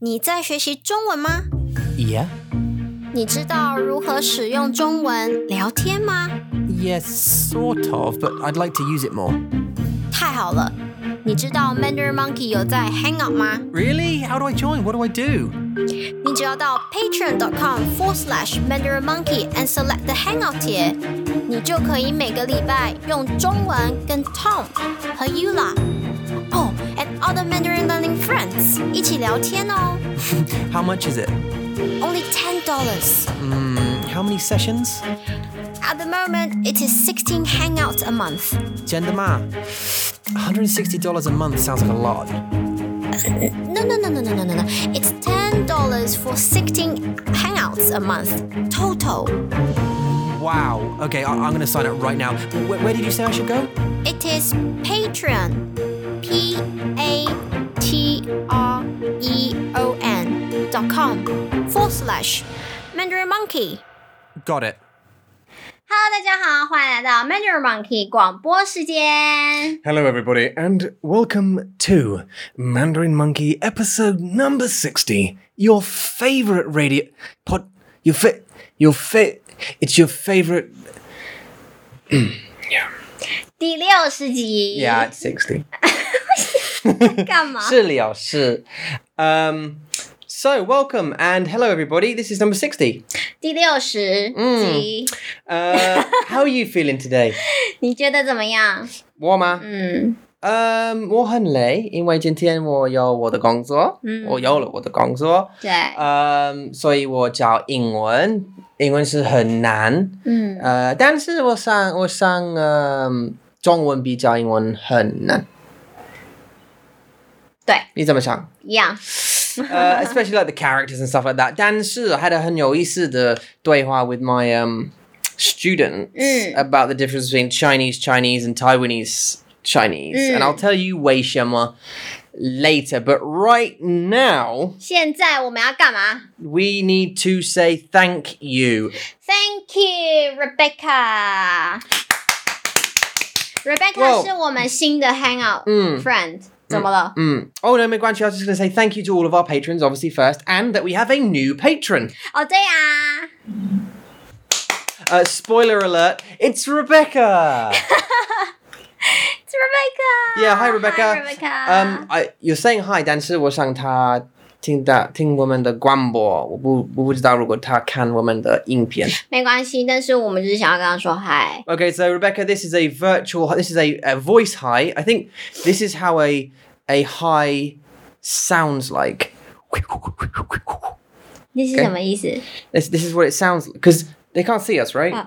你在学习中文吗？ Yeah. 你知道如何使用中文聊天吗？ Yes, sort of, but I'd like to use it more. 太好了！你知道 Mandarin Monkey 有在 Hangout 吗？ Really? How do I join? What do I do? 你只要到 patreon.com forward slash Mandarin Monkey and select the Hangout 帖，你就可以每个礼拜用中文跟 Tom 和 Yula 哦、and other Mandarin learning friends 一起聊天哦。 How much is it? Only ten dollars. Mm, how many sessions? At the moment, it is sixteen Hangouts a month. Gender man. $160 a month sounds like a lot. No, no, no, no, no, no, no, no. It's ten dollars for sixteen Hangouts a month total. Wow. Okay, I- I'm going to sign up right now. Wh- where did you say I should go? It is Patreon. P A T R E O N dot com forward slash Mandarin Monkey。 Got it. Hello，大家好，欢迎来到 Mandarin Monkey 广播时间。 Hello, everybody, and welcome to Mandarin Monkey episode number 60. Your favorite radio. Pod. Your fit. Your fit. It's your favorite. 第六十集 it's 60. 干嘛？嗯是了是. Um, so, welcome, and hello, everybody. This is number 60. 第六十集， Uh, how are you feeling today? 你觉得怎么样？ warmer. 嗯，嗯，Um, 我很累，因为今天我有我的工作，嗯我有了我的工作，对，嗯，所以我教英文，英文是很难，嗯，呃，但是我上我上嗯中文比较英文很难，对，你怎么想？一样。呃、s p e c i a l l y like the characters and stuff like that。但是 I had a 很有意思的对话 with my um students 嗯 about the difference between Chinese Chinese and Taiwanese Chinese，、嗯 and I'll tell you 为什么 later。But right now 现在我们要干嘛 we need to say thank you。 ？Thank you, Rebecca. Rebecca Wow 是我们新的 Hangout 嗯 friend，怎么了？ Mm. Oh no, Miguanchi, I was just going to say thank you to all of our patrons, obviously first, and that we have a new patron. 哦，对呀， Uh, spoiler alert, it's Rebecca. It's Rebecca. Yeah, hi Rebecca. Hi Rebecca. Um, I, you're saying hi, 但是我想他听的听我们的广播，我不我不知道如果他看我们的影片。没关系，但是我们就是想要跟他说嗨。 Okay, so Rebecca, this is a virtual, this is a, a voice high. I think this is how a a high sounds like. 那是什么意思？ This this is what it sounds because they can't see us, right? Ah.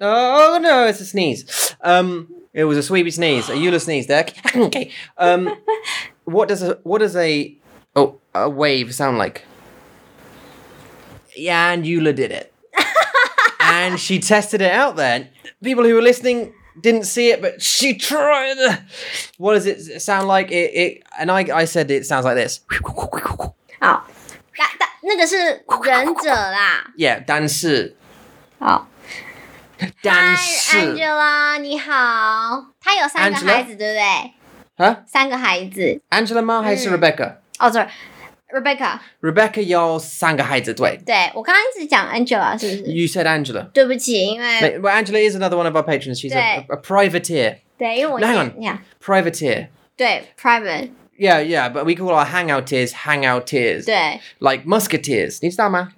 Oh no, it's a sneeze. Um, it was a sweepy sneeze, a Eula sneeze. There. okay. Um, what does a what does a oh a wave sound like? Yeah, and Eula did it, and she tested it out. Then people who were listening didn't see it, but she tried. What does it sound like? It, it and I I said it sounds like this. 哦好，那那那个是忍者啦。 Yeah, 但是好，但 Hi 是 Angela，你好。她有三个 Angela？孩子，对不对？啊三个孩子。 ，Angela 吗？还是 Rebecca？Rebecca 哦，sorry，Rebecca，有三个孩子，对。对我刚刚一直讲 Angela 是不是？ You said Angela. 对不起，因为 But- Well, Angela is another one of our patrons. She's a, 对 a, privateer. 对，因为我 Hang 讲 on 对。Privateer. 对 private， Yeah, yeah, but we call our hangouteers hangouteers. 对， Like musketeers. 你知道吗？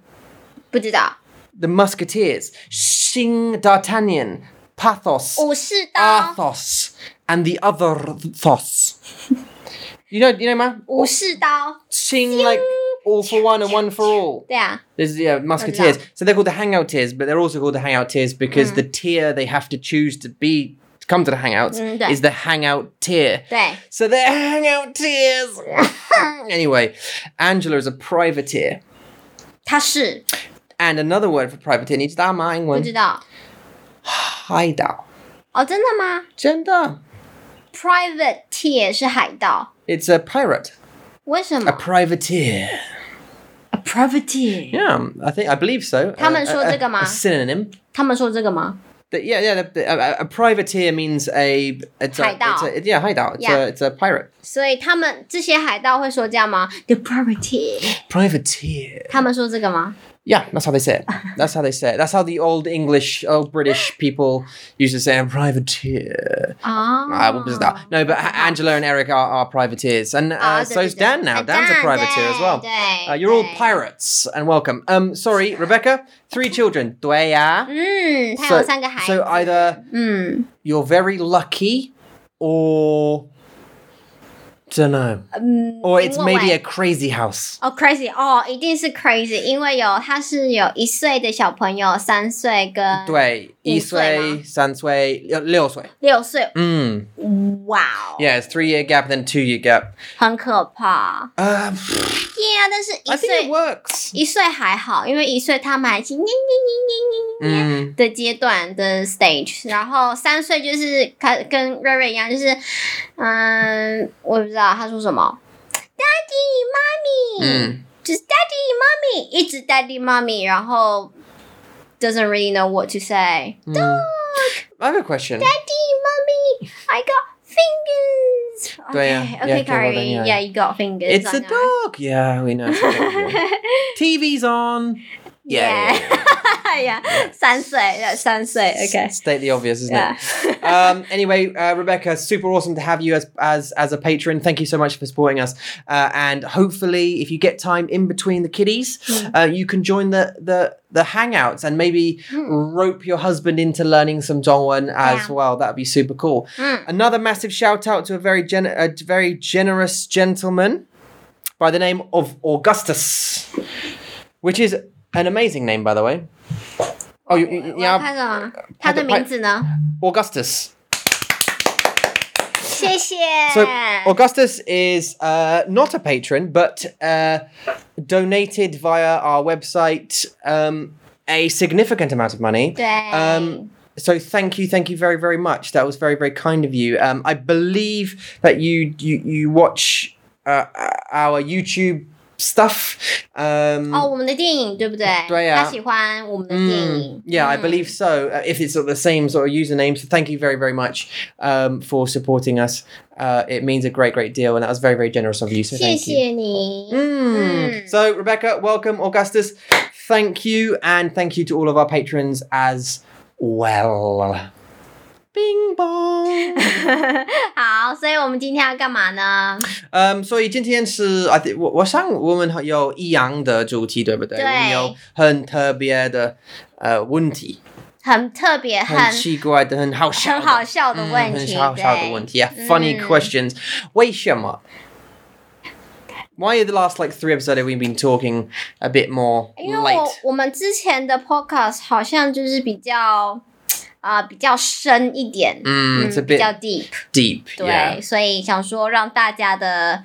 不知道 The musketeers. Sing D'Artagnan, Pathos, 武士啊刀， Athos, and the other thos. you know, you know, man? 武士刀， Sing like all for one and one for all. 对啊， There's yeah, musketeers. Love. So they're called the hangout tiers, but they're also called the hangout tiers Mm. because the tier they have to choose to be to come to the hangouts Mm, yeah. is the hangout tier. 对 So they're hangout tiers. anyway, Angela is a privateer, 他是 and another word for privateer needs that 不 one. 知道 Hideout. 哦，真的吗 Gender. ？Privateer 是海盗， It's a pirate, 为什 a 么 privateer. A privateer？ Yeah, I think I believe so. A- 他们说这个吗？ a, a synonym. 他们说这个吗？ The, yeah, yeah. The, the, a, a privateer means a it's a, 海盗。 it's a yeah, 海盗. It's Yeah. a it's a pirate. 所以他们这些海盗会说这样吗？The privateer， Privateer. 他们说这个吗？ Yeah, that's how they say it. That's how they say it. That's how the old English, old British people used to say, "I'm privateer." 啊、 Ah, 我不知道. No, but A- Angela and Eric are, are privateers, and uh, 啊，对，对，so's 对。 Dan now. Ah, Dan's a Dan， privateer as well. 对，对， Uh, you're all 对。 pirates and welcome. Um, sorry, Rebecca. Three children. 对呀. Mm, 嗯，他有 So, 三个孩 so 子。 either 嗯 you're very lucky, or don't know, 嗯， or it's 因 maybe 为 a crazy house. 哦、crazy 哦，一定是 crazy，因为有他是有一岁的小朋友，三岁跟五岁吗？对，一岁、三岁、六岁。嗯，六岁，哇哦 yeah, it's three year gap, then two year gap. 很可怕。 Uh, Yeah，但是 I 一 think it 岁 works. 一岁还好，因为一岁他们还是捏捏捏捏捏捏捏嗯， 的阶段的 stage，然后三岁就是开跟瑞瑞一样，就是嗯，我也不知道他说什么，daddy mommy，、嗯就是 daddy mommy，一直 daddy mommy，然后 doesn't really know what to say，daddy Mm. I have a question. mommy，I got fingers，对呀 o k yeah，okay，well then, yeah Carrie，yeah，you got fingers， It's a I know dog. Yeah, we know. it's a dog. TV's on. Yeah. yeah, yeah. Yeah，三 岁，三岁，OK， State the obvious, isn't yeah it? um, anyway, uh, Rebecca, super awesome to have you as as as a patron. Thank you so much for supporting us, uh, and hopefully, if you get time in between the kiddies, uh, you can join the the the hangouts and maybe rope your husband into learning some Dongwon as Yeah. well. That'd be super cool. Mm. Another massive shout out to a very gen- a very generous gentleman by the name of Augustus, which is an amazing name, by the way. Oh, you, you, 我 you 要 are 看什么？他的名字呢？ Augustus. 谢谢。 So Augustus is uh, not a patron, but uh, donated via our website um, a significant amount of money. 对 Um, so thank you, thank you very, very much. That was very, very kind of you. Um, I believe that you you you watch uh, our YouTube stuff. Um, Oh, 哦，我们的电影对不对？对啊他喜欢我们的电影。Mm, Yeah, I 嗯 believe so. Uh, if it's the same sort of username, so thank you very, very much um, for supporting us. Uh, it means a great, great deal, and that was very, very generous of you. So 谢 thank you. 谢你。 Mm. Mm. So Rebecca, welcome Augustus. Thank you, and thank you to all of our patrons as well. Bing bong. 好，所以我们今天要干嘛呢？嗯，所以今天是 Um, I think 我我想我们有一样的主题，对不对？对我们有很特别的呃问题，很特别，很很奇怪的，很好笑的，很好笑的问嗯很题，好笑的对问题。Yeah, funny questions. 为什么？Why the last like three episodes we've been talking a bit more 因为我 late? 我们之前的 podcast 好像就是比较啊、比较深一点，嗯，it's a 比较 bit deep， deep. 对 Yeah. 所以想说让大家的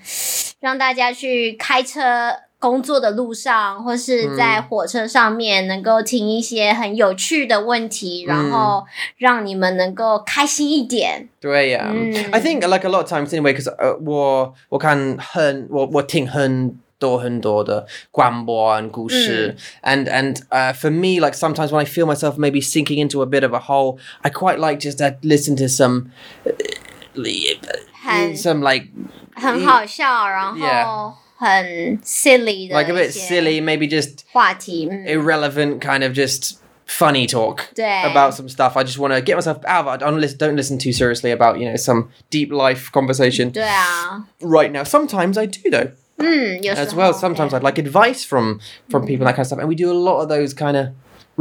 让大家去开车工作的路上，或是在火车上面能够听一些很有趣的问题，嗯然后让你们能够开心一点。对呀、嗯 I think like a lot of times anyway, because 呃、我我看很我我听很多很多的广播和故 Mm. 事、and and uh, for me like sometimes when I feel myself maybe sinking into a bit of a hole, I quite like just to listen to some. uh, 很 Some like 很好笑，然嗯 Yeah 后很 silly 的 like a 一 bit 些 silly, maybe just 话题，嗯， irrelevant kind of just funny talk 对 about some stuff. I just want to get myself out of it. I don't listen, don't listen too seriously about you know some deep life conversation 对啊， right now. Sometimes I do though. 嗯，有时候 as well. Sometimes I'd like advice from from people that kind of stuff, and we do a lot of those kind of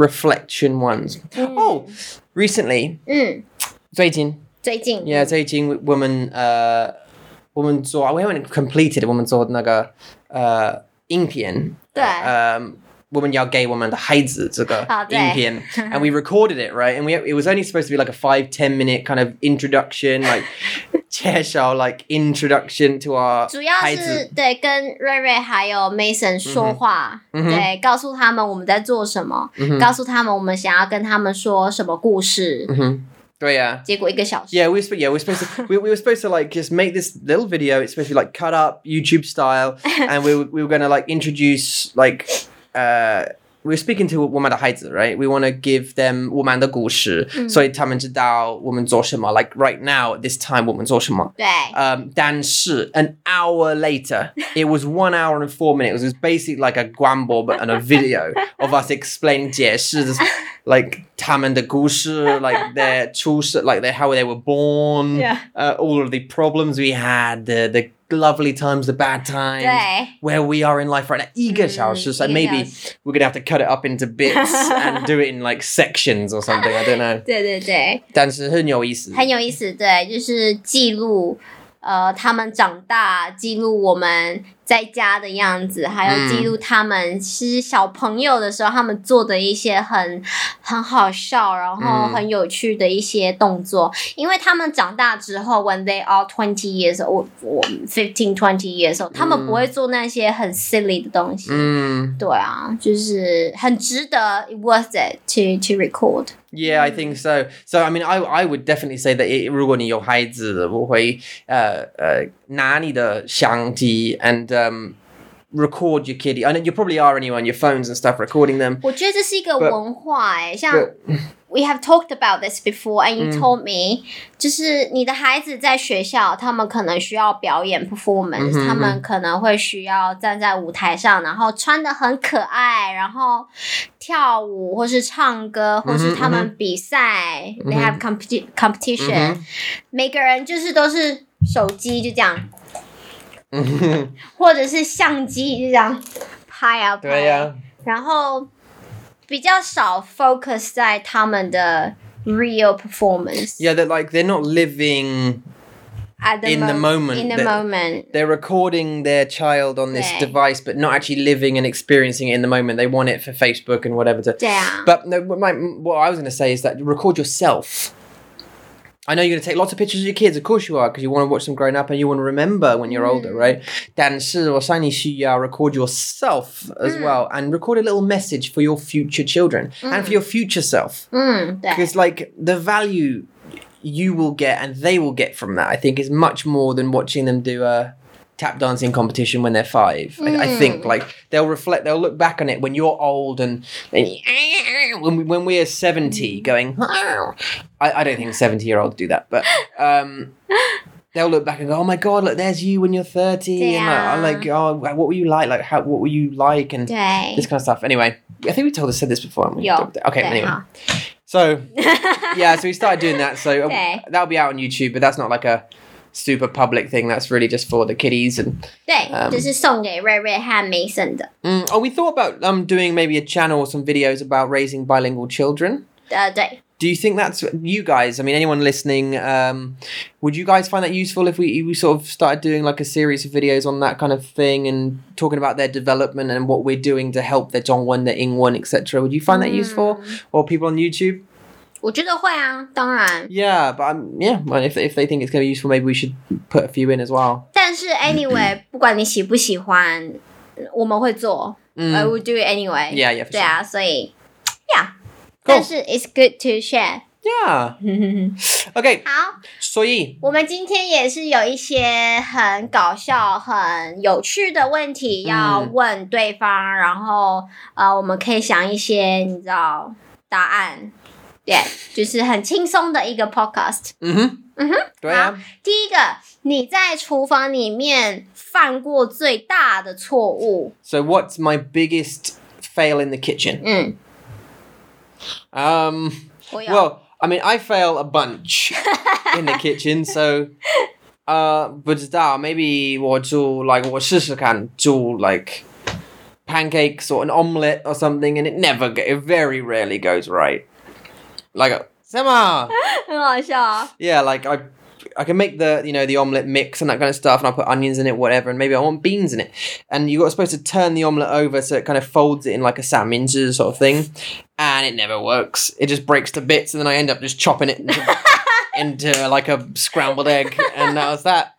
reflection ones. Oh, recently, 嗯， Zaitin, 最近 yeah, Zaitin woman, uh, woman saw. We haven't completed woman saw 那个 uh, 影片对 um, woman yao gay woman the hides it's like Oh, a 对。影片 and we recorded it right and we it was only supposed to be like a five ten minute kind of introduction like chair show like introduction to our 主要是对跟瑞瑞还有嗯 Mason 说话，对，告诉他们我们在做什么，嗯告诉他们我们想要跟他们说什么故事。嗯对呀、结果一个小时， Yeah, we were, sp- yeah, we were supposed to we, we were supposed to like just make this little video. It's supposed to be like cut up YouTube style, and we were, we were going to like introduce like uh we were speaking to 我们的孩子, right? We want to give them 我们的故事, so 他们知道我们做什么, like right now at this time 我们做什么。对 Um, 但是 an hour later, it was one hour and four minutes. It was basically like a guambo but on a video of us explaining 解释, like 他们的故事, like their 出世, like their, how they were born, Yeah. uh, all of the problems we had, the, the lovely times, the bad times, 对 where we are in life right now. 一个小时, so 一个 maybe 小时。 we're gonna have to cut it up into bits and do it in like sections or something. I don't know. 对对对，但是很有意思。很有意思。对，就是记录呃他们长大，记录我们在家的样子，还有嗯记录他们是小朋友的时候他们做的一些很很好笑，然后嗯很有趣的一些动作。因为他们长大之后，when they are twenty years old，我 fifteen twenty years 嗯 old，他们不会做那些很 silly 的东西。 Mm, 对啊，就是很值得，it worth it to to record。 yeah, I think so. So I mean, I I would definitely say that it, 如果你有孩子，我会呃呃拿你的相机 and um record your kitty. I know you probably are anyway on your phones and stuff recording them. 我觉得这是一个 But- 文化哎、 像 but- we have talked about this before and you 嗯 told me，、就是你的孩子在学校，他们可能需要表演 performance，、嗯哼他们可能会需要站在舞台上，然后穿的很可爱，然后跳舞或是唱歌，或嗯是哼他们比赛、t h e y have competi competition，、嗯每个人就是都是手机就这样，或者是相机就这样拍啊拍然后比较少 focus 在他们的 real performance。 Yeah, they're like they're not living. at the in the moment In the that- moment. They're recording their child on this Right. device, but not actually living and experiencing it in the moment. They want it for Facebook and whatever to. 对啊， But no, what my, what I was going to say is that record yourself. I know you're going to take lots of pictures of your kids, of course you are, because you want to watch them growing up and you want to remember when you're older, right? 但是我想你需要 record yourself as well and record a little message for your future children and for your future self. 嗯，对， Because, like, the value you will get and they will get from that, I think, is much more than watching them do a tap dancing competition when they're five. I, I think, like, they'll reflect, they'll look back on it when you're old and, and when, we, when we're 70 going, I, I don't think 70 year olds do that, but. Um, They'll look back and go, "Oh my god! Look, there's you when you're 30, Yeah. and like, I'm like, oh, what were you like? Like, how? What were you like? And 对 this kind of stuff. Anyway, I think we told us said this before. haven't we? 有 okay. 对 Anyway, 好 so yeah, so we started doing that. So uh, Okay. that'll be out on YouTube, but that's not like a super public thing. That's really just for the kiddies. And 对，嗯就是送给瑞瑞和 Mason 的， Mm, oh, we thought about um doing maybe a channel or some videos about raising bilingual children. 呃，对， Do you think that's you guys? I mean, anyone listening, um, would you guys find that useful if we, we sort of started doing like a series of videos on that kind of thing and talking about their development and what we're doing to help their Dongwon, their Ingwon, etc.? Would you find that useful? Or people on YouTube? 我觉得会啊，当然。 Yeah, but um, yeah, well, if, if they think it's going to be useful, maybe we should put a few in as well. 但是嗯 anyway，不管你喜不喜欢，我们会做。I will do it anyway. Yeah, yeah, for 对啊，所以 yeah，但嗯 Cool. 是 it's good to share。 Yeah. okay, 好。 so yeah. 我们今天也是有一些很搞笑、很有趣的问题要问对方，然后呃，我们可以想一些你知道答案，对、就是很轻松的一个 podcast。 Mm-hmm. Mm-hmm. 好，第一个，你在厨房里面犯过最大的错误， So what's my biggest fail in the kitchen? 嗯， Um, 我有 well, I mean, I fail a bunch in the kitchen, so... Uh, 不知道, maybe 我做 like 我试试看做 like pancakes or an omelette or something, and it never, go- it very rarely goes right. Like, 什么? 很好笑啊、 Yeah, like I I can make the you know the omelet mix and that kind of stuff, and I put onions in it, whatever, and maybe I want beans in it. And you're supposed to turn the omelet over so it kind of folds it in like a sandwich sort of thing, and it never works. It just breaks to bits, and then I end up just chopping it into, into uh, like a scrambled egg, and that was that.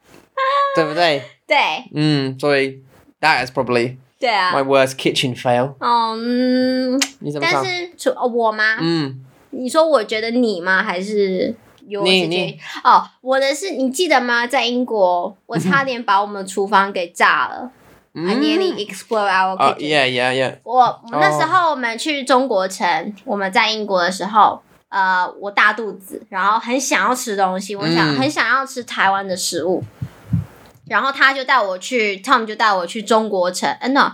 The other day, 对 mm, sorry, that is probably 对 my 啊， worst kitchen fail. 哦嗯， You 但是除、哦我吗？ mm. 你说我觉得你吗？还是有我你自己你？嗯哦，我的是你记得吗？在英国，我差点把我们厨房给炸了。 I nearly explode our mm. Uh, kitchen. yeah, yeah, yeah. 我我那嗯哦时候我们去中国城，我们在英国的时候，呃，我大肚子，然后很想要吃东西，我想、嗯很想要吃台湾的食物，然后他就带我去，Tom 就带我去中国城，嗯、no，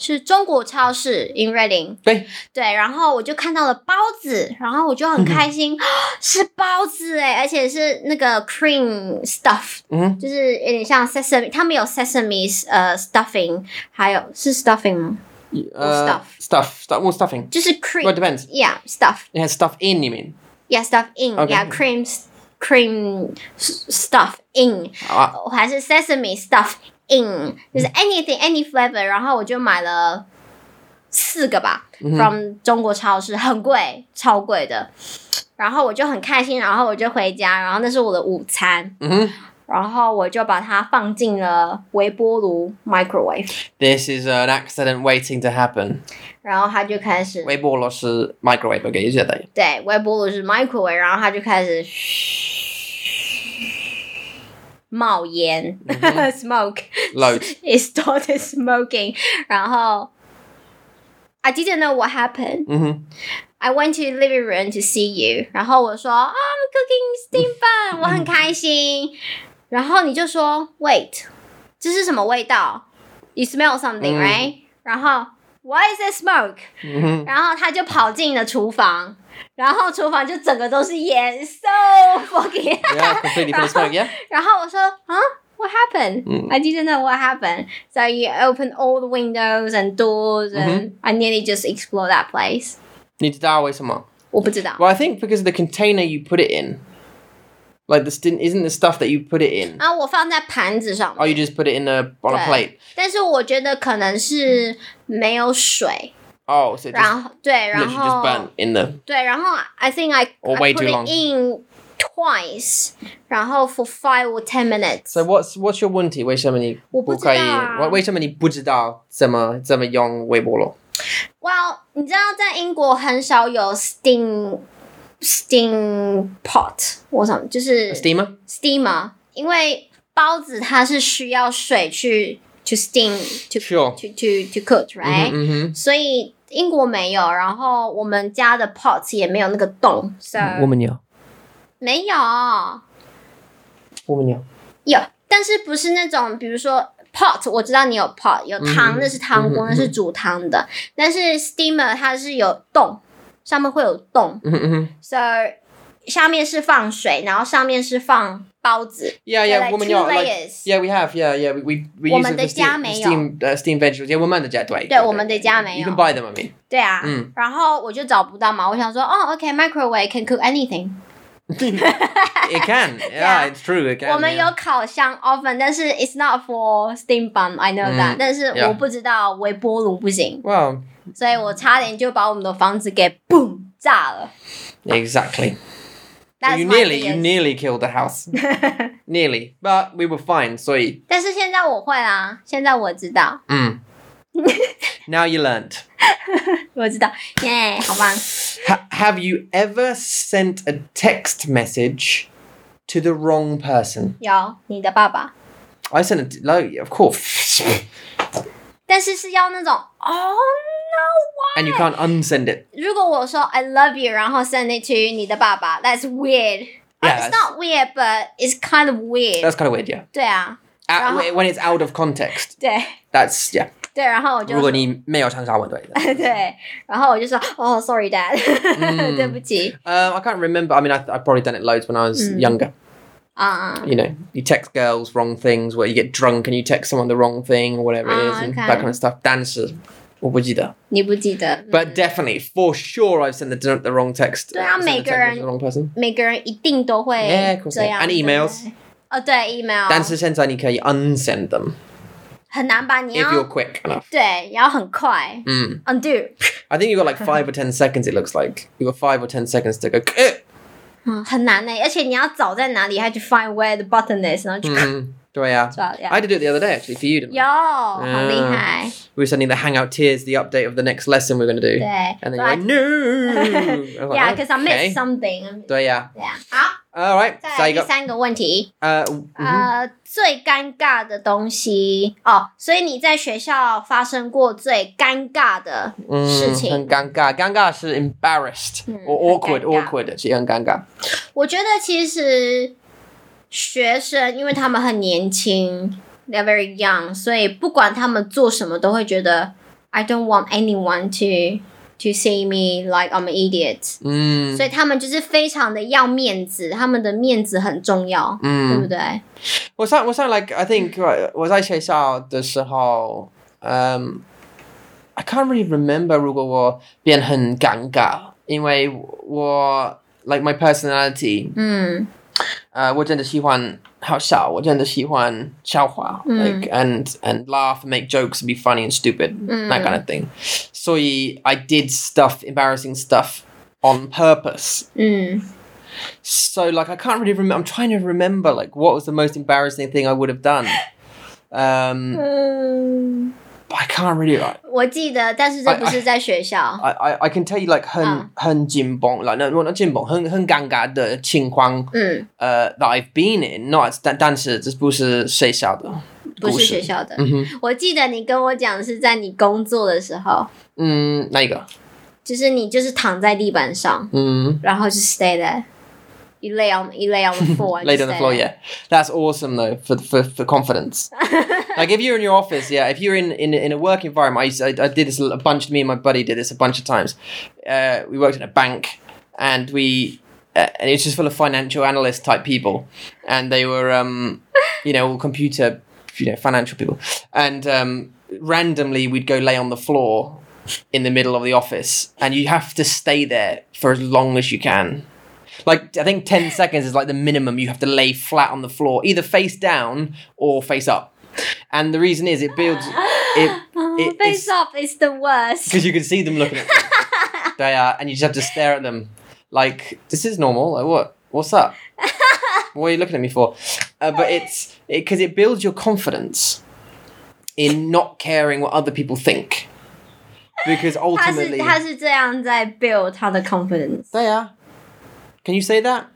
是中国超市 in Reading，对对，然后我就看到了包子，然后我就嗯很开心，是包子哎，而且是那个 cream stuff，嗯就是有点像 sesame，他们有 sesame 呃 stuffing，还有是 stuffing 吗？ Uh, stuff. stuff. Stuff. Well, stuffing. 就是 cream。 Well, it depends. Yeah, stuff. It has stuff in. You mean? Yeah, stuff in. Okay. Yeah, cream, cream s- stuff in，、 Ah, 还是 sesame stuff in，就是 anything any flavor。然后我就买了四个吧、from 中国超市，很贵，超贵的。然后我就很开心，然后我就回家，然后那是我的午餐， mhm. 然后我就把它放进了微波炉 microwave， This is an accident waiting to happen. 然后它就开始微波炉是 microwave 嘅，一直嚟。对，微波炉是 microwave，然后它就开始 冒烟、s m o k e Loads. It started smoking. 然后 I didn't know what happened. Mhm. I went to the living room to see you. 然后我说啊、i m cooking steam bun，我很开心。然后你就说，Wait，这是什么味道？You smell something, 嗯 right？然后 Why is there smoke？ Mhm. 然后他就跑进了厨房，然后厨房就整个都是烟，so fucking。 Yeah, completely full of smoke. Yeah. 然后我说啊。What happened? 嗯 I didn't know what happened. So you opened all the windows and doors, Mm-hmm. and I nearly just exploded that place. 你知道為什麼？我不知道 Well, I think because of the container you put it in. Like the stin isn't the stuff that you put it in. 啊，我放在盘子上 Oh, 面 you just put it in a on a 对 plate. 但是我觉得可能是没有水， Oh, so it just 然后对，然 literally just 后 burnt in the. 对，然后 I think I, Or I way put too it long. in twice，然后 for five or ten minutes. So what's what's your 問題？為什麼你我不知道啊。為什麼你不知道怎麼怎麼用微波爐？ Well，你知道在英国很少有 steam steam pot 或什么，就是 Steamer? steamer，因啊为包子它是需要水去 to steam to Sure. Mm-hmm. to to to cook，right？、嗯哼。所以英国没有，然后我们家的 pot 也没有那个洞，so 没有我們有，我們有。嗯哼。有，但是不是那种比如说。pot 我知道你有 pot 有汤，那是汤锅，嗯哼那是煮汤的。但是 steamer 它是有洞，上面会有洞，So 下面是放水，然后上面是放包子。 Yeah, They're yeah, like 我们 two 有 like layers. yeah, we have yeah, yeah, we we we 我 use 们 them for 的家 steam 没有 steam uh, steam vegetables. Yeah，我们的家对对我们的家没有 You can buy them. I mean，对啊，嗯然后我就找不到嘛，我想说，哦，OK，microwave、can cook anything。 it can. Yeah. Yeah, it's true. It can. 我们 yeah. 有烤箱 oven，但是 it's not for steam bun，I know that、嗯但是 yeah 我不知道微波炉不行， Well, 所以我差点就把我们的房子给 boom 炸了。 exactly. That's you my nearly, you biggest- nearly killed the house. nearly, but we were fine. So, 但是现在我会啦，现在我知道， mm. now you learnt. 我知道，耶、好棒！ Ha- have you ever sent a text message to the wrong person? 有你的爸爸。 I sent it. Like, of course, 但是是要那种哦 no why？ and you can't unsend it. 如果我说 I love you，然后 send it to 你的爸爸，that's weird。啊 Yeah, it's not weird, but it's kind of weird. That's kind of weird. Yeah. 对啊， Uh, Uh-huh. when it's out of context. 对 That's yeah. E, 对，然后我就如果你没有常常问对 的。对，然后我就说哦，sorry dad，对嗯不起 Um, I can't remember. I mean, I, I've probably done it loads when I was Mm. younger. 啊、 You know, you text girls wrong things, where you get drunk and you text someone the wrong thing or whatever it is, Ah, okay. and Hmm. that kind of stuff. Dances. 我不记得。你不记得？ But definitely, for sure, I've sent the, the wrong text. Yeah, I've sent the text Megan. to the wrong person. 每个人一定都会 Yeah, of course 这样 they- and 对不对 emails. 哦，对，email，但是现在你可以 unsend them 很难吧？你 if you're 要 quick enough. 对，要很快 Mm. undo， I think you got like five or ten seconds. It looks like you got five or ten seconds to go. 嗯，很难呢、而且你要找在哪里，还去 find where the button is，然后去 Mm. yeah. 找呀 I did it the other day actually for you. Didn't I? 有，好厉嗯害。 we were sending the hangout tears the update of the next lesson we are going to do. 对 And then but I- you're like, no. I was like, Yeah, because I okay. missed something. So yeah. Yeah. 好， All right. 再 So 来 you 第 got 三个问题， uh, mhm. 呃，最尴尬的东西哦，所以你在学校发生过最尴尬的事 mm, 情？很尴尬，尴尬是 embarrassed 嗯， or 很尴 awkward 尬。 awkward 是很尴尬。我觉得其实学生，因为他们很年轻，they're very young，所以不管他们做什么，都会觉得 I don't want anyone to to see me like I'm an idiot。所 Hmm. 嗯以他们就是非常的要面子，他们的面子很重要，对不对？嗯，我上我上 like I think 我在学校的时候，嗯、um,，I can't really remember 如果我变很尴尬，因为我 like my personality 嗯呃，我真的喜欢好笑，我真的喜欢笑话、嗯 l i k e and and laugh, make jokes, be funny and stupid, 嗯 that kind of thing. 所以 I did stuff, embarrassing stuff on purpose. 嗯 So like I can't really remember. I'm trying to remember like what was the most embarrassing thing I would have done. Um, 嗯， but I can't really. I 我记得，但哎是这不是在学校。 I, I can tell you like 很、嗯很紧绷，like no not 紧绷，很很尴尬的情况。嗯，呃、t h a t uh, I've been in, not 但但是这不是学校的不故是事学。校的。嗯哼。我记得你跟我讲是在你工作的时候，嗯，哪一个？就是你就是躺在地板上，嗯然后就 stay there。You lay on, you lay on the floor. and ，laid just on the stay floor. there. Yeah, that's awesome though for for, for confidence. like if you're in your office, yeah, if you're in in, in a work environment, I, used, I I did this a bunch. Me and my buddy did this a bunch of times. Uh, we worked in a bank, and we uh, and it was just full of financial analyst type people, and they were um, you know, all computer, you know, financial people, and um, randomly we'd go lay on the floor in the middle of the office, and you have to stay there for as long as you can. Like I think ten seconds is like the minimum. You have to lay flat on the floor, either face down or face up. And the reason is it builds it Oh, It- face it's- off is the worst. because you can see them looking at you. they are, and you just have to stare at them like this is normal. Like what? What's up? what are you looking at me for? Uh, but it's because it builds your confidence in not caring what other people think. Because 他是 ultimately, 他是这样在 build 他的 confidence。 they are. Can you say that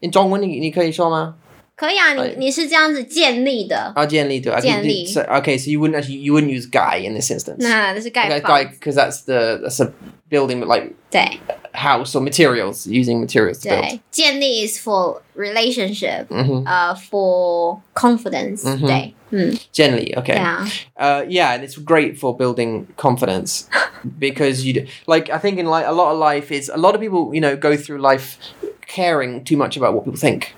in 中文？你你可以说吗？可以啊，你对你是这样子建立的， Oh, Jian Li do. Okay, Jian did- Li. So, okay, so you wouldn't actually you wouldn't use guy in this instance. 那那是盖 Okay, 房 guy because that's the that's a building with like 对 house or materials using materials to build. 对，建立 is for relationship， Mm-hmm. 呃、f o r confidence，、嗯哼对，嗯， Generally, Mm-hmm. okay. 对啊， Uh, yeah, and it's great for building confidence because you d- like I think in like a lot of life is a lot of people you know go through life caring too much about what people think.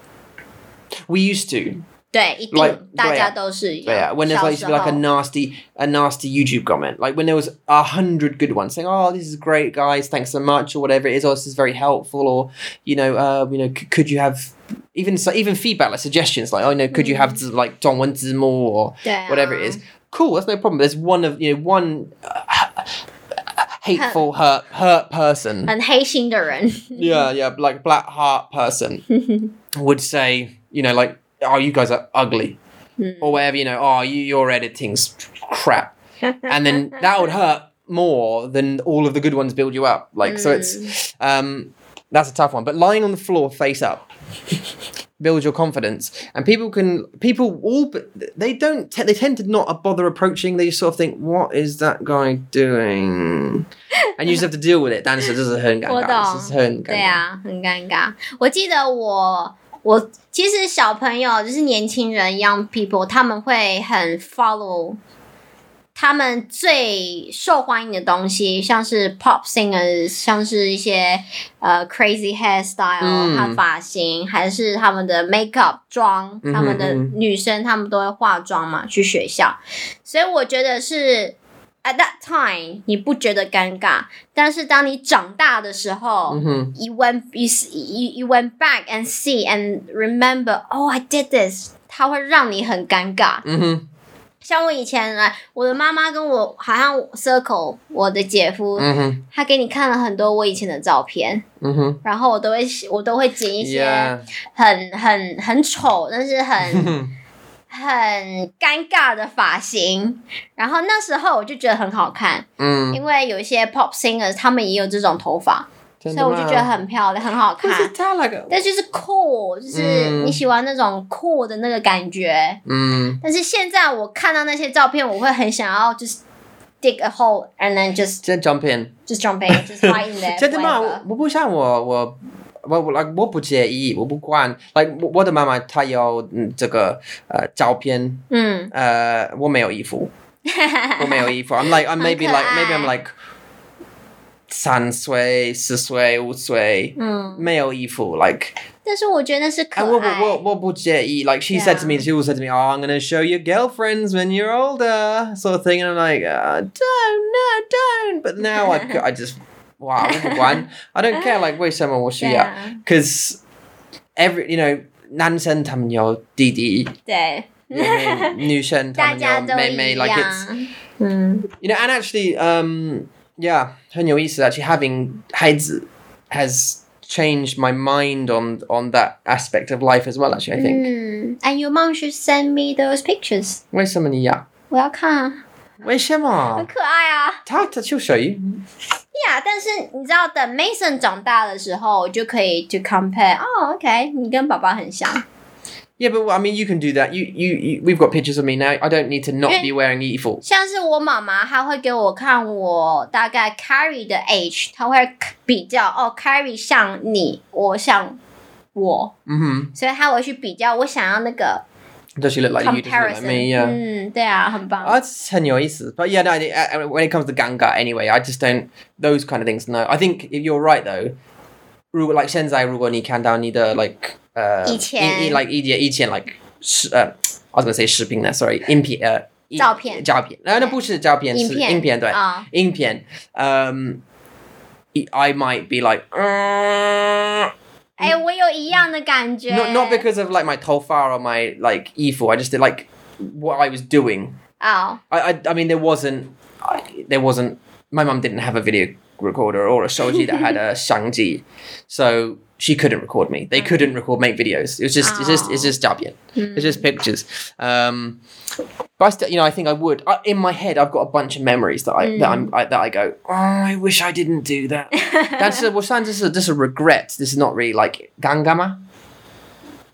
We used to, 对，一定 Like- 大对家啊都是一样 yeah. When there's 小 like, used 时 to be like 候 a nasty, a nasty YouTube comment, like when there was a hundred good ones saying, "Oh, this is great, guys, thanks so much," or whatever it is, or "This is very helpful," or you know, uh, you know, c- could you have even so, even feedback like suggestions, like oh, you know, could you have like 中文字幕 or 对啊 whatever it is. Cool, that's no problem. There's one of you know one uh, hateful hurt hurt person. 很黑心的人， Yeah, yeah, like black heart person would say, you know, like, oh, you guys are ugly, or whatever, you know, oh, you your editing's crap, and then that would hurt more than all of the good ones build you up. Like, so it's um, that's a tough one. But lying on the floor face up builds your confidence, and people can people all but they don't te- they tend to not bother approaching. They just sort of think, what is that guy doing? And you just have to deal with it. That's just a 我懂对啊，很尴尬。我记得我我其实小朋友就是年轻人 young people，他们会很 follow 他们最受欢迎的东西，像是 pop singers，像是一些呃 crazy hairstyle，、嗯他发型，还是他们的 makeup 妆，嗯哼他们的嗯女生他们都会化妆嘛，去学校，所以我觉得是 at that time 你不觉得尴尬，但是当你长大的时候。 Mm-hmm. You went, you, s- you you went back and see and remember. Oh, I did this. 它会让你很尴尬。 Mm-hmm. 像我以前来，我的妈妈跟我好像 circle 我的姐夫， Mm-hmm. 他给你看了很多我以前的照片， Mm-hmm. 然后我都会我都会剪一些 Yeah. 很很很丑，但是很 很尴尬的发型。然后那时候我就觉得很好看， Mm. 因为有一些 pop singers 他们也有这种头发，真所以的我吗就觉得很漂亮，很好看。它那个，但就是 cool，就是嗯你喜欢那种 cool 的那个感觉。嗯，但是现在我看到那些照片，我会很想要 just dig a hole and then just 真 jump in， just jump in, just fly in there。真的吗？我我不像我我。我我 like 我不介意，我不管。like 我我的妈妈她有嗯这个呃照片， 嗯，呃我没有衣服，我没有衣服。I'm like I'm maybe 很可 like 爱 maybe I'm like 三岁四岁五岁，嗯没有衣服 like 但是我觉得那是可爱。 And what, what, what would Jetty, like, she said to me, Yeah. she always said to me, oh, I'm going to show your girlfriends when you're older, sort of thing. And I'm like, uh, don't, no, don't. But now I, c- I just, wow, one. I don't care, like, wait, someone will shoot Yeah. Because every, you know, 男生他们有弟弟，对， 大家都一女生他们有妹妹，like it's 样。嗯 you know, and actually, um, yeah, 很有意思, actually having heads has changed my mind on on that aspect of life as well. Actually, I think. 嗯，And your mom should send me those pictures。 Where's somebody? Yeah. 我要看啊， Where's 很可爱啊。 she'll show you. 呀但是你知道，等 Mason 长大的时候，我就可以 to compare。哦，OK，你跟宝宝很像， Yeah, but well, I mean, you can do that. You, you, you, we've got pictures of me now. I don't need to not be wearing evil. 像是我妈妈，她会给我看我大概 Carrie 的 age，她会比较哦，Carrie 像你，我像我， Mm-hmm. 所以她会去比较我想要那个 Does she look like you? Does she look comparison。like me? Yeah. 嗯，对啊，很棒。 Oh, it's tenuous, but yeah, no. I- I- When it comes to ganga, anyway, I just don't those kind of things. No, I think if you're right though. 如果 like 现在，如果你看到你的 like 呃、uh, 以前。 like 以前以前 like 是呃、uh, I was gonna say 视频呢 sorry 影片呃、uh, 照片。照片，那那不是照片是影片。影片对、啊。影片，嗯、um, I might be like uh, 哎、我有一样的感觉。 not not because of like my 头发 or my like 衣服 I just did like what I was doing 哦 I, I, I mean, there wasn't, I, there wasn't. My mum didn't have a video recorder or a shoji that had a shangji, so she couldn't record me. They couldn't record, make videos. It was just, it's just, it's just Dabian. It's just pictures. Um, but I still, you know, I think I would. I, in my head, I've got a bunch of memories that I that I'm I, that I go, oh, I wish I didn't do that. That's a, well, sounds just a, just a regret. This is not really like gangama.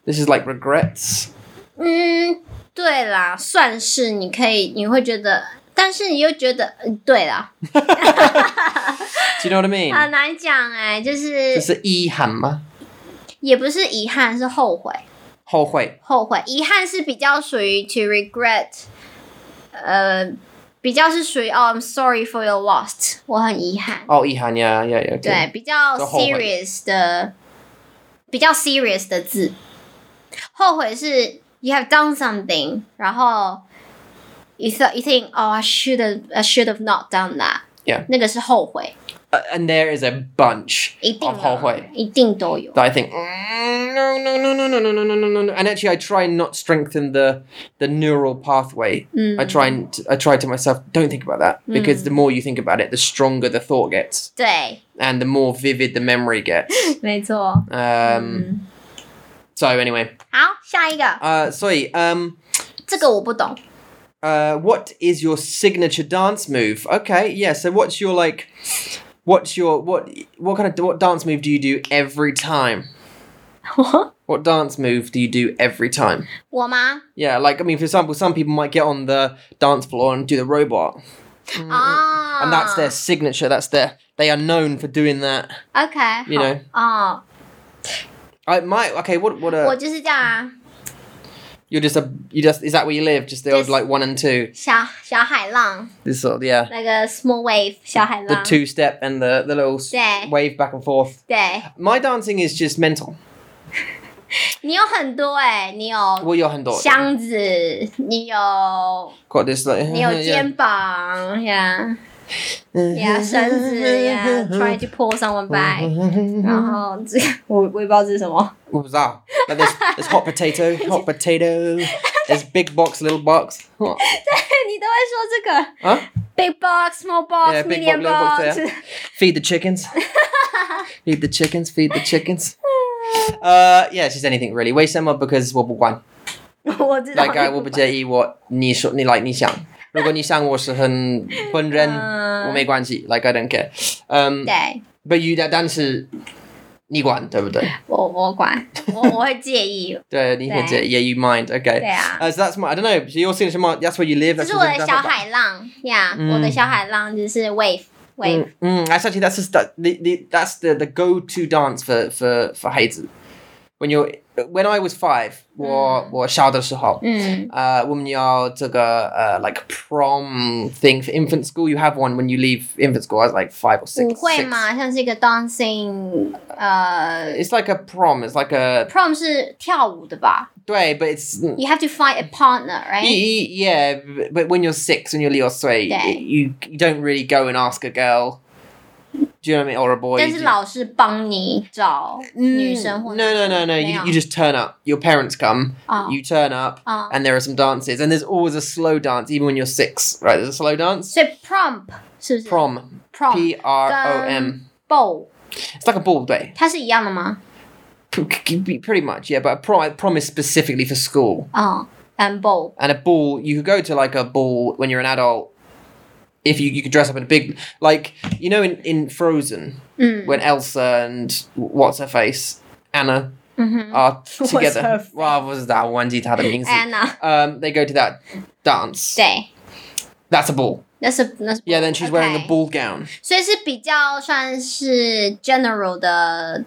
This is like regrets. 嗯，对啦，算是你可以，你会觉得，但是你又觉得，嗯，对啦， Do you know what I mean? E 很难讲哎、就是这是遗憾吗？也不是遗憾，是后悔，后悔。后悔，遗憾是比较属于 to regret，呃，比较是属于哦，I'm sorry for your lost，我很遗憾， Oh, Ihan, yeah, yeah, yeah. 对，比较就后悔 serious 的，比较 serious 的字，后悔是 you have done something，然后 you thought you think oh I should have I should have not done that， Yeah. 那个是后悔， Uh, and there is a bunch 一定 of 啊 Hohui 一定都有， that I think, "Mm, no, no, no, no, no, no, no, no, no, no, no. And actually, I try and not strengthen the the neural pathway. I try and I try to myself, don't think about that because the more you think about it, the stronger the thought gets 对， and the more vivid the memory gets. 没错。 Um, So anyway, 好，下一个， uh, sorry. Um, 这个我不懂。 uh, what is your signature dance move? Okay, yeah. So what's your like? What's your what? What kind of what dance move do you do every time? What dance move do you do every time? 我吗？ Yeah, like I mean, for example, some people might get on the dance floor and do the robot, 嗯啊、 and that's their signature. That's their they are known for doing that. OK， You 好 know 哦， I might okay. What what 我 a 就是这样啊， you're just a you just is that where you live? Just the old Just- like one and two. 小小海浪， This sort of yeah, 那个 small wave 小海 the 浪， two step and the the little s- Yeah. wave back and forth. 对 My dancing is just mental. 你有很多哎、你有 Well, you're handle 箱子，你有 got this like 你有 yeah. 肩 膀呀呀绳子呀，trying to pull someone back，然后这个我我也不知道这是什么， What was that? Like there's, there's hot potato, hot potato. There's big box, little box. Huh? 你都会说这个 Huh? big box small box Yeah, big medium box, little box, box， Feed the chickens. feed the chickens. Feed the chickens. Uh, yeah, it's just anything really. Waste some up because what one 我知道 like I will be J E what ni short ni like ni xiang. 如果你想我是很本人，嗯。Uh. 我没关系，like I don't care. Um, 对。 but you that dancer 你管对不对？对，你会介-我我管，我我会介意，对。 yeah, you mind. Okay. 对啊。 Uh, so that's my I don't know. So your signature mark. That's where you live. 这 That's 是我 what 的小海浪呀嗯我的小海浪就是 wave wave，、 Mm, mm, that's actually that's just that the, the that's the, the go to dance for for for Hazen. When you're when I was five, 我我小的时候，嗯 uh, 我们要这个 uh, like prom thing for infant school. You have one when you leave infant school. I was like five or six. 舞会 six. 嘛，像是一个 dancing，呃 It's like a prom. It's like a ，prom 是跳舞的吧 way, but it's ？You have to find a Y- partner，right？ y- yeah. b- But when you're six, when you're Leo Sway, Yeah. you you don't really go and ask a girl. Do you know what I mean? Or a boy. 但 do 是 you- 老师帮你找 Mm, 女生或 no, no, no, no. 没 You, 有 you just turn up. Your parents come. 啊 You turn up, 啊， and there are some dances. And there's always a slow dance, even when you're six, right? There's a slow dance. 所以 prom 是不是 Prom. P prom R O Um, M. bowl It's like a ball day. 它是一样的吗？ P- p- p- Pretty much, yeah. But a prom, prom is specifically for school. 嗯，and bowl And a ball, you could go to like a ball when you're an adult. If you, you could dress up in a big, like, you know, in, in Frozen, 嗯 when Elsa and what's her face, Anna, 嗯哼 are Mm. What's her together. face? Well, was that one detail ，Anna， Um, they go to that dance. 对， That's a ball. 那是那是 Yeah, then she's wearing a OK ball gown. 所以是比较算是 general 的